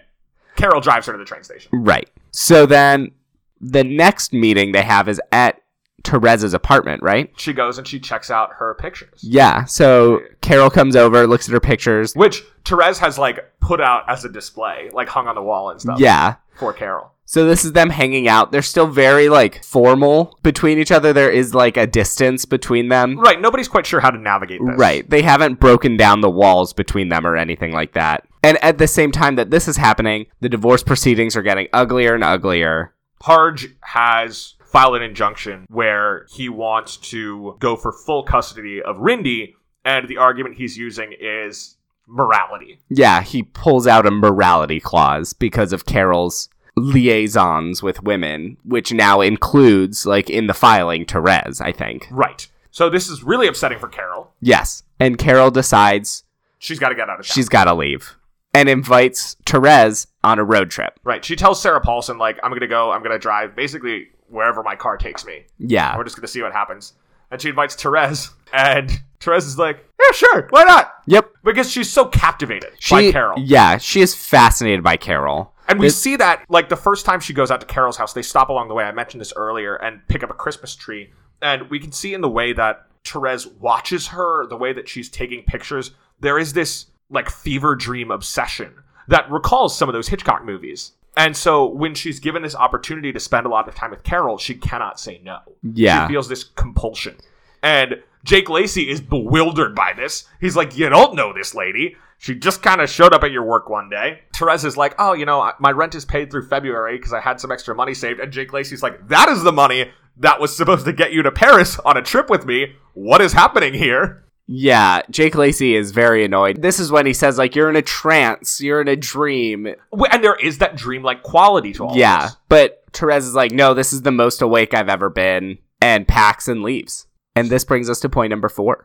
S2: Carol drives her to the train station.
S1: Right. So then the next meeting they have is at Therese's apartment, right?
S2: She goes and she checks out her pictures,
S1: Yeah. So Carol comes over, looks at her pictures.
S2: which Therese has like put out as a display, like hung on the wall and stuff
S1: Yeah.
S2: for Carol.
S1: So this is them hanging out. They're still very like formal between each other. There is like a distance between them.
S2: Right. Nobody's quite sure how to navigate this.
S1: Right. They haven't broken down the walls between them or anything like that. And at the same time that this is happening, the divorce proceedings are getting uglier and uglier.
S2: Harge has filed an injunction where he wants to go for full custody of Rindy, and the argument he's using is morality.
S1: Yeah, he pulls out a morality clause because of Carol's liaisons with women, which now includes like in the filing Therese, I think.
S2: Right. So this is really upsetting for Carol.
S1: Yes. And Carol decides
S2: She's got to get out of town.
S1: she's got to leave and invites Therese on a road trip.
S2: right. She tells Sarah Paulson, like, I'm going to go, I'm going to drive basically wherever my car takes me.
S1: Yeah.
S2: We're just going to see what happens. And she invites Therese, and Therese is like, yeah, sure, why not?
S1: Yep.
S2: Because she's so captivated
S1: She,
S2: by Carol.
S1: Yeah, she is fascinated by Carol.
S2: And we see that, like, the first time she goes out to Carol's house, they stop along the way. I mentioned this earlier and pick up a Christmas tree. And we can see in the way that Therese watches her, the way that she's taking pictures, there is this, like, fever dream obsession that recalls some of those Hitchcock movies. And so when she's given this opportunity to spend a lot of time with Carol, she cannot say no.
S1: Yeah.
S2: She feels this compulsion. And Jake Lacey is bewildered by this. He's like, You don't know this lady. She just kind of showed up at your work one day. Therese is like, Oh, you know, I- my rent is paid through February because I had some extra money saved. And Jake Lacey's like, That is the money that was supposed to get you to Paris on a trip with me. What is happening here?
S1: Yeah, Jake Lacey is very annoyed. This is when he says like you're in a trance, you're in a dream.
S2: W- And there is that dreamlike quality to all of
S1: yeah.
S2: this.
S1: But Therese is like no, this is the most awake I've ever been and packs and leaves. And this brings us to point number 4.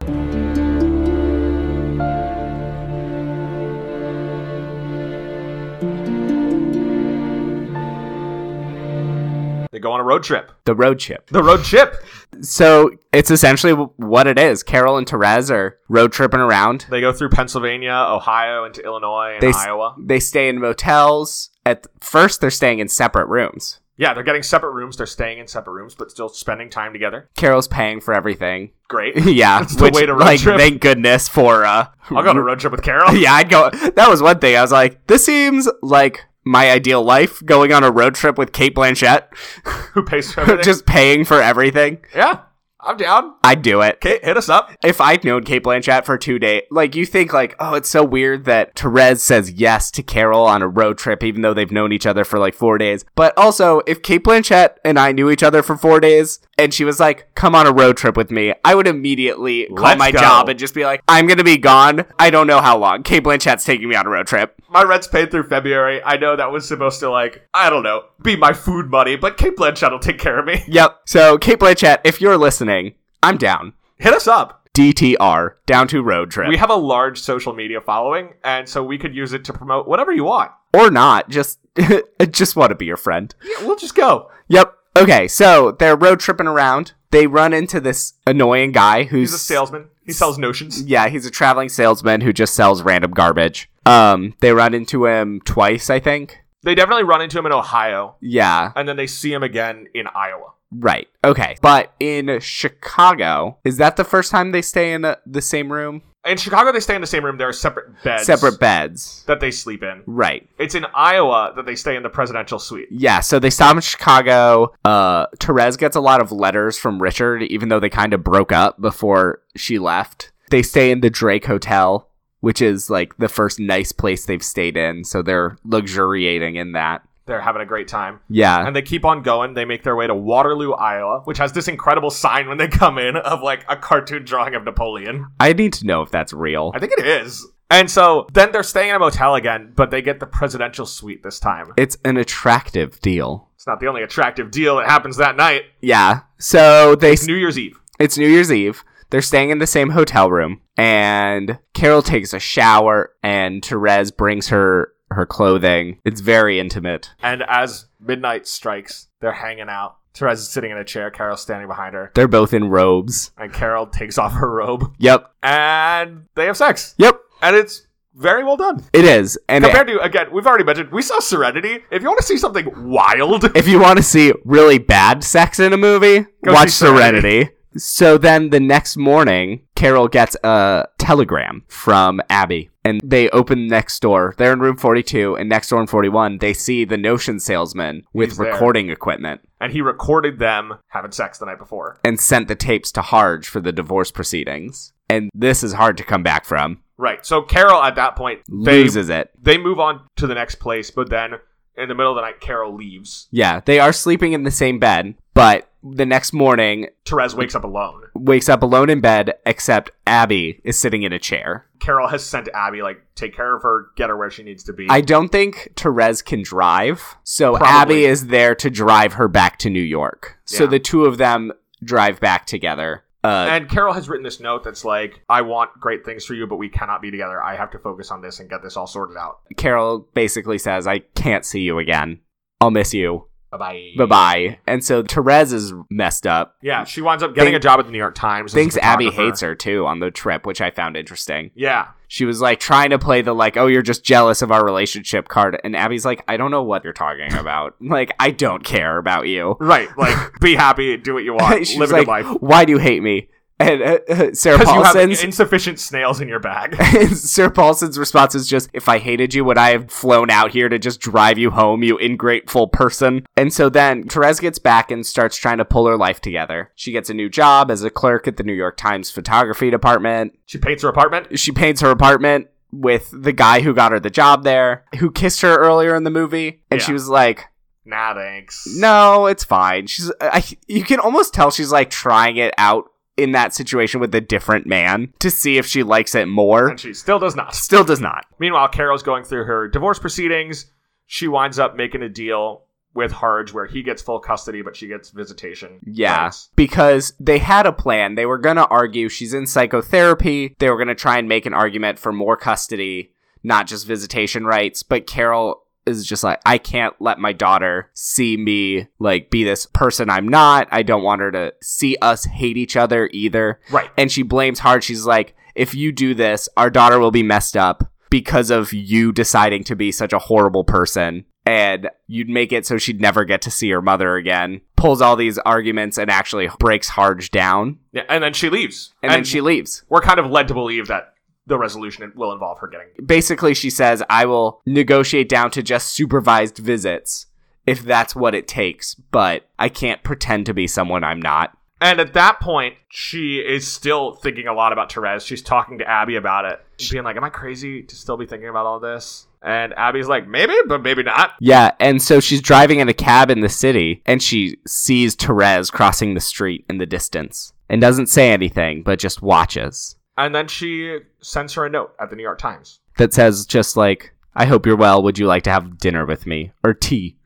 S2: They go on a road trip.
S1: The road trip.
S2: The road trip.
S1: So, it's essentially what it is. Carol and Therese are road tripping around.
S2: They go through Pennsylvania, Ohio, into Illinois and
S1: They s-
S2: Iowa.
S1: They stay in motels. At first they're staying in separate rooms.
S2: Yeah, they're getting separate rooms. They're staying in separate rooms, but still spending time together.
S1: Carol's paying for everything.
S2: Great.
S1: yeah,
S2: That's the way to road
S1: like,
S2: trip.
S1: Thank goodness for. uh
S2: I'll go on a road trip with Carol.
S1: Yeah, I'd go. That was one thing. I was like, this seems like my ideal life: going on a road trip with Kate Blanchett,
S2: Who pays for everything?
S1: just paying for everything.
S2: yeah, I'm down.
S1: I'd do it.
S2: Kate, hit us up.
S1: If I'd known Kate Blanchett for two days, like you think, like, oh, it's so weird that Therese says yes to Carol on a road trip, even though they've known each other for like four days. But also, if Kate Blanchett and I knew each other for four days, and she was like, "Come on a road trip with me," I would immediately call
S2: Let's
S1: my
S2: go.
S1: job and just be like, "I'm gonna be gone. I don't know how long. Kate Blanchett's taking me on a road trip."
S2: My rent's paid through February. I know that was supposed to, like, I don't know, be my food money, but Kate Blanchett will take care of me.
S1: Yep. So, Kate Blanchett, if you're listening, I'm down.
S2: Hit us up.
S1: DTR, down to road trip.
S2: We have a large social media following, and so we could use it to promote whatever you want.
S1: or not, just I just want to be your friend.
S2: Yeah, we'll just go.
S1: Yep. Okay, so they're road tripping around. They run into this annoying guy who's
S2: He's a salesman. He sells notions.
S1: Yeah, he's a traveling salesman who just sells random garbage. Um, they run into him twice, I think.
S2: They definitely run into him in Ohio,
S1: Yeah,
S2: and then they see him again in Iowa.
S1: right. Okay. But in Chicago, is that the first time they stay in uh, the same room?
S2: In Chicago, they stay in the same room. There are separate beds.
S1: Separate beds.
S2: That they sleep in.
S1: Right.
S2: It's in Iowa that they stay in the presidential suite.
S1: Yeah, so they stop in Chicago. Uh, Therese gets a lot of letters from Richard, even though they kind of broke up before she left. They stay in the Drake Hotel, which is like the first nice place they've stayed in. So they're luxuriating in that.
S2: They're having a great time.
S1: Yeah.
S2: And they keep on going. They make their way to Waterloo, Iowa, which has this incredible sign when they come in of like a cartoon drawing of Napoleon.
S1: I need to know if that's real.
S2: I think it is. And so then they're staying in a motel again, but they get the presidential suite this time.
S1: It's an attractive deal.
S2: It's not the only attractive deal that happens that night.
S1: Yeah. So they
S2: It's New Year's Eve.
S1: It's New Year's Eve. They're staying in the same hotel room, and Carol takes a shower, and Therese brings her her clothing. It's very intimate.
S2: And as midnight strikes, they're hanging out. Therese is sitting in a chair, Carol's standing behind her,
S1: They're both in robes.
S2: and Carol takes off her robe
S1: Yep.
S2: and they have sex.
S1: Yep.
S2: And it's very well done.
S1: It is. And
S2: Compared to, again, we've already mentioned, we saw Serenity. If you want to see something wild,
S1: if you want to see really bad sex in a movie,
S2: Go
S1: watch
S2: see
S1: Serenity.
S2: Serenity.
S1: So then the next morning, Carol gets a telegram from Abby, and they open next door. They're in room 42, and next door in 41, they see the Notion salesman with
S2: He's there.
S1: recording equipment.
S2: and he recorded them having sex the night before.
S1: and sent the tapes to Harge for the divorce proceedings. And this is hard to come back from.
S2: Right. So Carol, at that point, they,
S1: Loses it.
S2: they move on to the next place, but then in the middle of the night, Carol leaves.
S1: Yeah, they are sleeping in the same bed, but the next morning
S2: Therese wakes up alone.
S1: wakes up alone in bed, except Abby is sitting in a chair.
S2: Carol has sent Abby, like, take care of her, get her where she needs to be.
S1: I don't think Therese can drive, so
S2: Probably.
S1: Abby is there to drive her back to New York. So
S2: Yeah.
S1: the two of them drive back together. Uh,
S2: and Carol has written this note that's like, I want great things for you, but we cannot be together. I have to focus on this and get this all sorted out.
S1: Carol basically says, I can't see you again. I'll miss you.
S2: Bye bye.
S1: Bye bye. And so Therese is messed up.
S2: Yeah, she winds up getting
S1: Think-
S2: a job at the New York Times. as a
S1: thinks Abby
S2: photographer.
S1: hates her too on the trip, which I found interesting.
S2: Yeah,
S1: She was like trying to play the like, oh, you're just jealous of our relationship card. And Abby's like, I don't know what you're talking about. like, I don't care about you.
S2: right. Like, be happy, do what you want,
S1: She's
S2: live a
S1: like,
S2: good life.
S1: why do you hate me? And uh, uh, Sarah
S2: Because you have
S1: Paulson's
S2: insufficient snails in your bag.
S1: Sarah Paulson's response is just, if I hated you, would I have flown out here to just drive you home, you ingrateful person? And so then Therese gets back and starts trying to pull her life together. She gets a new job as a clerk at the New York Times photography department.
S2: she paints her apartment.
S1: she paints her apartment with the guy who got her the job there, who kissed her earlier in the movie, and
S2: Yeah.
S1: she was like,
S2: Nah, thanks.
S1: "No, it's fine." She's, I, you can almost tell she's like trying it out in that situation with a different man to see if she likes it more.
S2: and she still does not.
S1: Still does not.
S2: Meanwhile, Carol's going through her divorce proceedings. She winds up making a deal with Harge where he gets full custody, but she gets visitation.
S1: Yeah,
S2: rights.
S1: because they had a plan. They were going to argue. She's in psychotherapy. They were going to try and make an argument for more custody, not just visitation rights. But Carol is just like, I can't let my daughter see me, like, be this person I'm not. I don't want her to see us hate each other either.
S2: Right.
S1: And she blames hard. She's like, if you do this, our daughter will be messed up because of you deciding to be such a horrible person. And you'd make it so she'd never get to see her mother again. Pulls all these arguments and actually breaks Harge down.
S2: Yeah, and then she leaves.
S1: And, then she leaves.
S2: We're kind of led to believe that the resolution will involve her getting.
S1: Basically, she says, I will negotiate down to just supervised visits if that's what it takes, but I can't pretend to be someone I'm not.
S2: And at that point, she is still thinking a lot about Therese. She's talking to Abby about it, being like, Am I crazy to still be thinking about all this? And Abby's like, Maybe, but maybe not.
S1: Yeah, and so she's driving in a cab in the city and she sees Therese crossing the street in the distance and doesn't say anything but just watches
S2: And then she sends her a note at the New York Times.
S1: that says just like, I hope you're well. Would you like to have dinner with me? Or tea.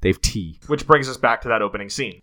S1: They've tea.
S2: Which brings us back to that opening scene.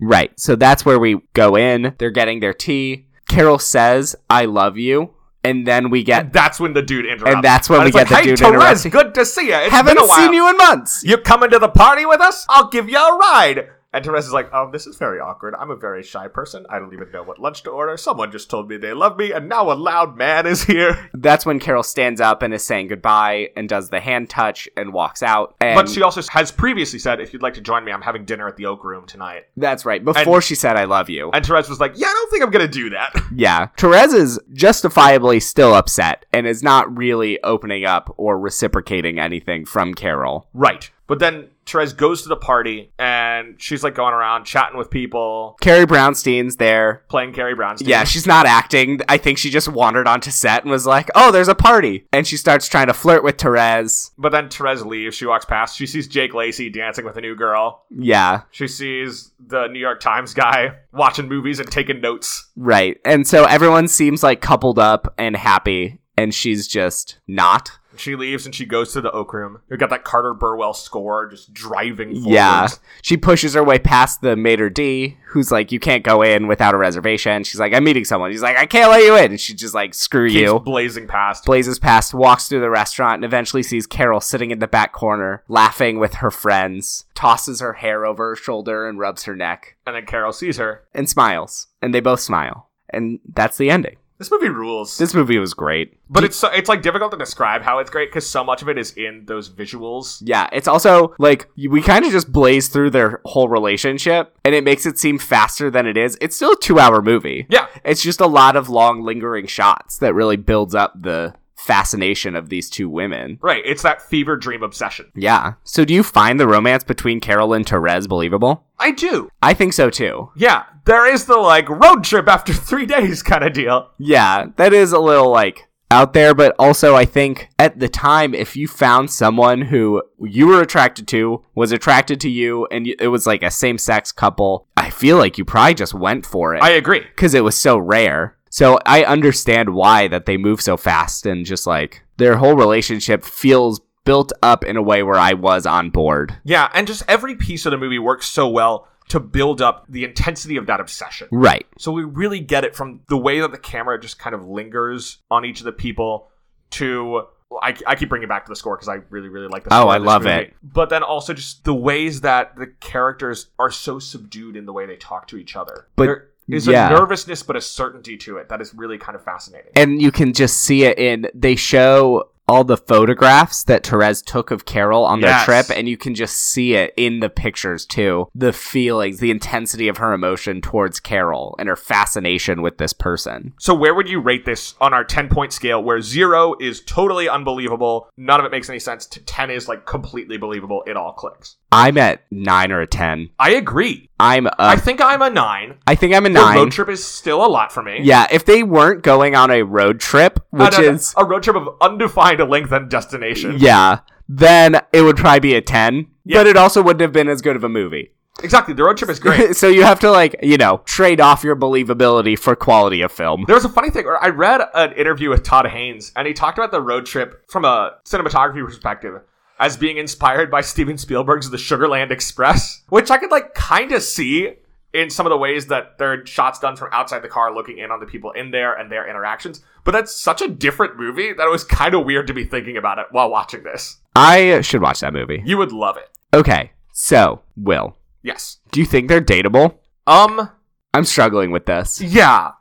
S1: Right. So that's where we go in. They're getting their tea. Carol says, I love you. And then we get,
S2: And that's when the dude interrupts.
S1: And that's when
S2: And
S1: we
S2: it's
S1: get
S2: like,
S1: the
S2: hey,
S1: dude
S2: Therese,
S1: interrupting.
S2: good to see you. It's
S1: haven't
S2: been a while.
S1: seen you in months.
S2: You coming to the party with us? I'll give you a ride. And Therese is like, oh, this is very awkward. I'm a very shy person. I don't even know what lunch to order. Someone just told me they love me, and now a loud man is here.
S1: That's when Carol stands up and is saying goodbye and does the hand touch and walks out. And
S2: But she also has previously said, if you'd like to join me, I'm having dinner at the Oak Room tonight.
S1: that's right. Before she said, I love you.
S2: And Therese was like, yeah, I don't think I'm going to do that.
S1: Yeah. Therese is justifiably still upset and is not really opening up or reciprocating anything from Carol.
S2: right. But then Therese goes to the party and she's like going around chatting with people,
S1: Carrie Brownstein's there.
S2: playing Carrie Brownstein.
S1: Yeah, she's not acting. I think she just wandered onto set and was like, "Oh, there's a party," and she starts trying to flirt with Therese.
S2: But then Therese leaves. She walks past. She sees Jake Lacey dancing with a new girl.
S1: Yeah,
S2: She sees the New York Times guy watching movies and taking notes.
S1: right. And so everyone seems like coupled up and happy, and she's just not.
S2: She leaves and she goes to the Oak Room. You got that Carter Burwell score just driving forward.
S1: Yeah, she pushes her way past the maitre d, who's like, "You can't go in without a reservation." She's like, "I'm meeting someone." He's like, "I can't let you in," and she's just like, "Screw
S2: Keeps
S1: you."
S2: blazing past.
S1: blazes past, walks through the restaurant, and eventually sees Carol sitting in the back corner, laughing with her friends, tosses her hair over her shoulder and rubs her neck,
S2: And then Carol sees her.
S1: and smiles. And they both smile. And that's the ending.
S2: This movie rules.
S1: This movie was great.
S2: but it's so, it's like difficult to describe how it's great because so much of it is in those visuals.
S1: Yeah, it's also like we kind of just blaze through their whole relationship, and it makes it seem faster than it is. It's still a two hour movie.
S2: Yeah.
S1: It's just a lot of long, lingering shots that really builds up the fascination of these two women.
S2: Right. It's that fever dream obsession.
S1: Yeah. So do you find the romance between Carol and Therese believable?
S2: I do.
S1: I think so too.
S2: Yeah. There is the like road trip after three days kind of deal.
S1: Yeah, that is a little like out there, but also I think at the time, if you found someone who you were attracted to, was attracted to you, and you- it was like a same sex couple, I feel like you probably just went for it
S2: I agree.
S1: because it was so rare. So I understand why that they move so fast and just like their whole relationship feels built up in a way where I was on board.
S2: Yeah. And just every piece of the movie works so well to build up the intensity of that obsession.
S1: Right.
S2: So we really get it from the way that the camera just kind of lingers on each of the people to. I, I keep bringing it back to the score because I really, really like the
S1: Oh,
S2: score.
S1: I
S2: in this
S1: love
S2: movie.
S1: it.
S2: But then also just the ways that the characters are so subdued in the way they talk to each other.
S1: But-
S2: there is
S1: yeah.
S2: a nervousness but a certainty to it that is really kind of fascinating.
S1: and you can just see it in they show all the photographs that Therese took of Carol on
S2: Yes.
S1: their trip, and you can just see it in the pictures too. The feelings, the intensity of her emotion towards Carol and her fascination with this person.
S2: So where would you rate this on our 10 point scale where 0 is totally unbelievable, none of it makes any sense to 10 is like completely believable, it all clicks.
S1: I'm at nine or a ten.
S2: I agree.
S1: I'm a,
S2: I
S1: I,
S2: think I'm a 9.
S1: think I'm a
S2: The
S1: Uh, nine.
S2: road trip is still a lot for me.
S1: Yeah, if they weren't going on a road trip,
S2: No,
S1: which
S2: Oh, no, no.
S1: is
S2: a road trip of undefined length and destination.
S1: yeah, then it would probably be a ten.
S2: Yeah.
S1: But it also wouldn't have been as good of a movie.
S2: Exactly. The road trip is great.
S1: so you have to like you know trade off your believability for quality of film.
S2: There was a funny thing. Or I read an interview with Todd Haynes, and he talked about the road trip from a cinematography perspective as being inspired by Steven Spielberg's The Sugarland Express, which I could like kind of see in some of the ways that there are shots done from outside the car looking in on the people in there and their interactions. But that's such a different movie that it was kind of weird to be thinking about it while watching this.
S1: I should watch that movie.
S2: You would love it.
S1: Okay, so Will,
S2: Yes.
S1: do you think they're dateable?
S2: Um,
S1: I'm struggling with this.
S2: Yeah.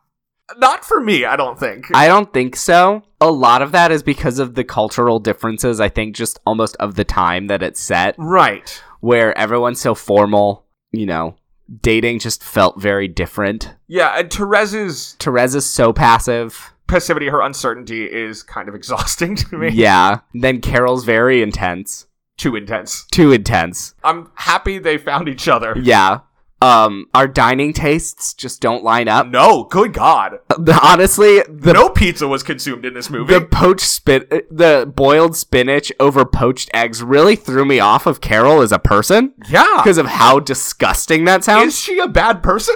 S2: Not for me, I don't think.
S1: I don't think so. A lot of that is because of the cultural differences, I think, just almost of the time that it's set,
S2: right.
S1: where everyone's so formal, you know, dating just felt very different.
S2: Yeah, and Therese's
S1: Therese is so passive.
S2: passivity, her uncertainty is kind of exhausting to me.
S1: Yeah. Then Carol's very intense.
S2: Too intense.
S1: Too intense.
S2: I'm happy they found each other.
S1: Yeah. Um, our dining tastes just don't line up.
S2: No, good God.
S1: Honestly, the
S2: no pizza was consumed in this movie.
S1: The poached spin, uh, the boiled spinach over poached eggs really threw me off of Carol as a person
S2: yeah.
S1: because of how disgusting that sounds.
S2: Is she a bad person?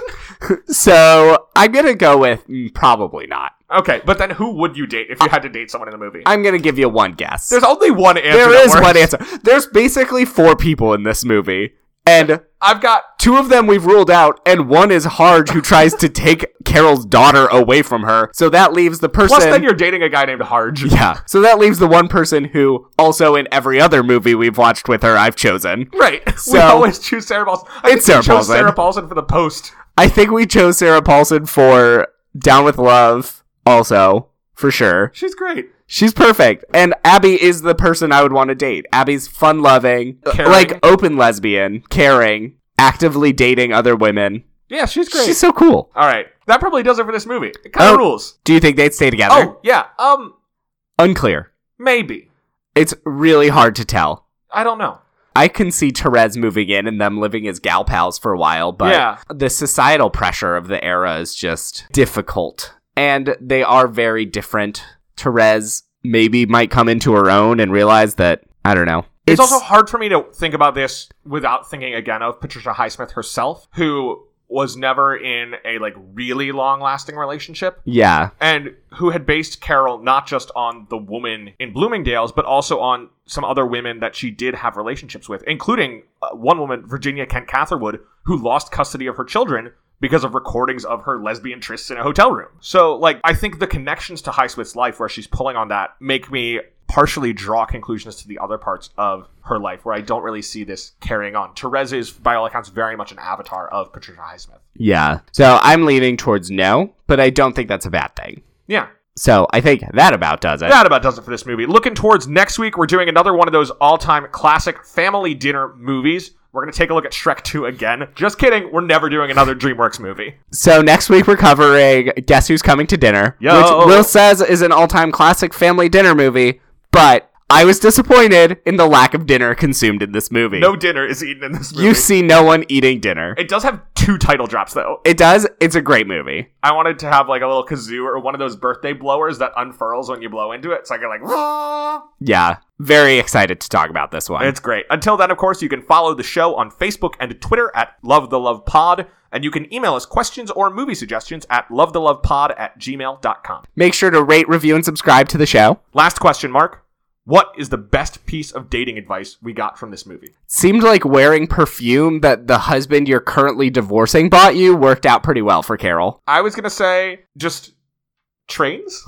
S1: So I'm gonna go with mm, probably not.
S2: Okay, but then who would you date if you had to date someone in the movie?
S1: I'm gonna give you one guess.
S2: There's only one answer.
S1: There
S2: that
S1: is
S2: works.
S1: one answer. There's basically four people in this movie, and
S2: I've got
S1: two of them we've ruled out, and one is Harge who tries to take Carol's daughter away from her. So that leaves the person.
S2: plus then you're dating a guy named Harge.
S1: yeah. So that leaves the one person who, also in every other movie we've watched with her, I've chosen.
S2: Right. we
S1: So-
S2: always choose Sarah Paulson. I
S1: It's
S2: think
S1: Sarah
S2: we chose Sarah
S1: Paulson.
S2: Paulson for the post.
S1: I think we chose Sarah Paulson for Down with Love, also, for sure.
S2: She's great.
S1: She's perfect. And Abby is the person I would want to date. Abby's fun loving,
S2: Caring.
S1: like open lesbian, caring, actively dating other women.
S2: Yeah, she's great.
S1: She's so cool.
S2: All right, that probably does it for this movie. It kind of
S1: Oh.
S2: rules.
S1: Do you think they'd stay together?
S2: Oh yeah, um,
S1: Unclear.
S2: maybe.
S1: It's really hard to tell.
S2: I don't know.
S1: I can see Therese moving in and them living as gal pals for a while, but
S2: Yeah.
S1: the societal pressure of the era is just difficult. And they are very different. Therese maybe might come into her own and realize that, I don't know.
S2: It's, also hard for me to think about this without thinking again of Patricia Highsmith herself, who was never in a like really long lasting relationship
S1: Yeah.
S2: and who had based Carol not just on the woman in Bloomingdale's, but also on some other women that she did have relationships with, including uh, one woman, Virginia Kent Catherwood, who lost custody of her children because of recordings of her lesbian trysts in a hotel room. So, like, I think the connections to Highsmith's life, where she's pulling on that, make me partially draw conclusions to the other parts of her life where I don't really see this carrying on. Therese is, by all accounts, very much an avatar of Patricia Highsmith.
S1: Yeah. So I'm leaning towards no, but I don't think that's a bad thing.
S2: Yeah.
S1: So I think that about does it.
S2: That about does it for this movie. Looking towards next week, we're doing another one of those all time classic family dinner movies. We're going to take a look at Shrek 2 again. Just kidding. We're never doing another DreamWorks movie.
S1: So next week we're covering Guess Who's Coming to Dinner,
S2: Yo.
S1: which Will says is an all-time classic family dinner movie, but I was disappointed in the lack of dinner consumed in this movie.
S2: No dinner is eaten in this movie.
S1: you see no one eating dinner.
S2: it does have two title drops, though.
S1: It does. It's a great movie.
S2: I wanted to have like a little kazoo or one of those birthday blowers that unfurls when you blow into it. So I can like, "Rah."
S1: Yeah. Very excited to talk about this one.
S2: It's great. Until then, of course, you can follow the show on Facebook and Twitter at Love the Love Pod, and you can email us questions or movie suggestions at lovethelovepod at gmail.com.
S1: Make sure to rate, review, and subscribe to the show.
S2: Last question, Mark. What is the best piece of dating advice we got from this movie?
S1: Seemed like wearing perfume that the husband you're currently divorcing bought you worked out pretty well for Carol.
S2: I was going to say just trains.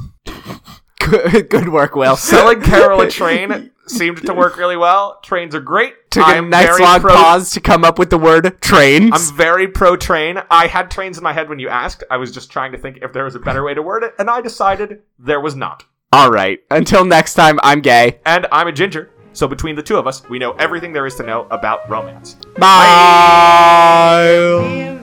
S1: Good, good work, Will.
S2: Selling Carol a train seemed to work really well. Trains are great.
S1: Took a
S2: I'm
S1: nice
S2: very
S1: long
S2: pro-
S1: pause to come up with the word trains.
S2: I'm very pro train. I had trains in my head when you asked. I was just trying to think if there was a better way to word it, and I decided there was not.
S1: All right. Until next time, I'm gay.
S2: And I'm a ginger, so between the two of us, we know everything there is to know about romance.
S1: Bye.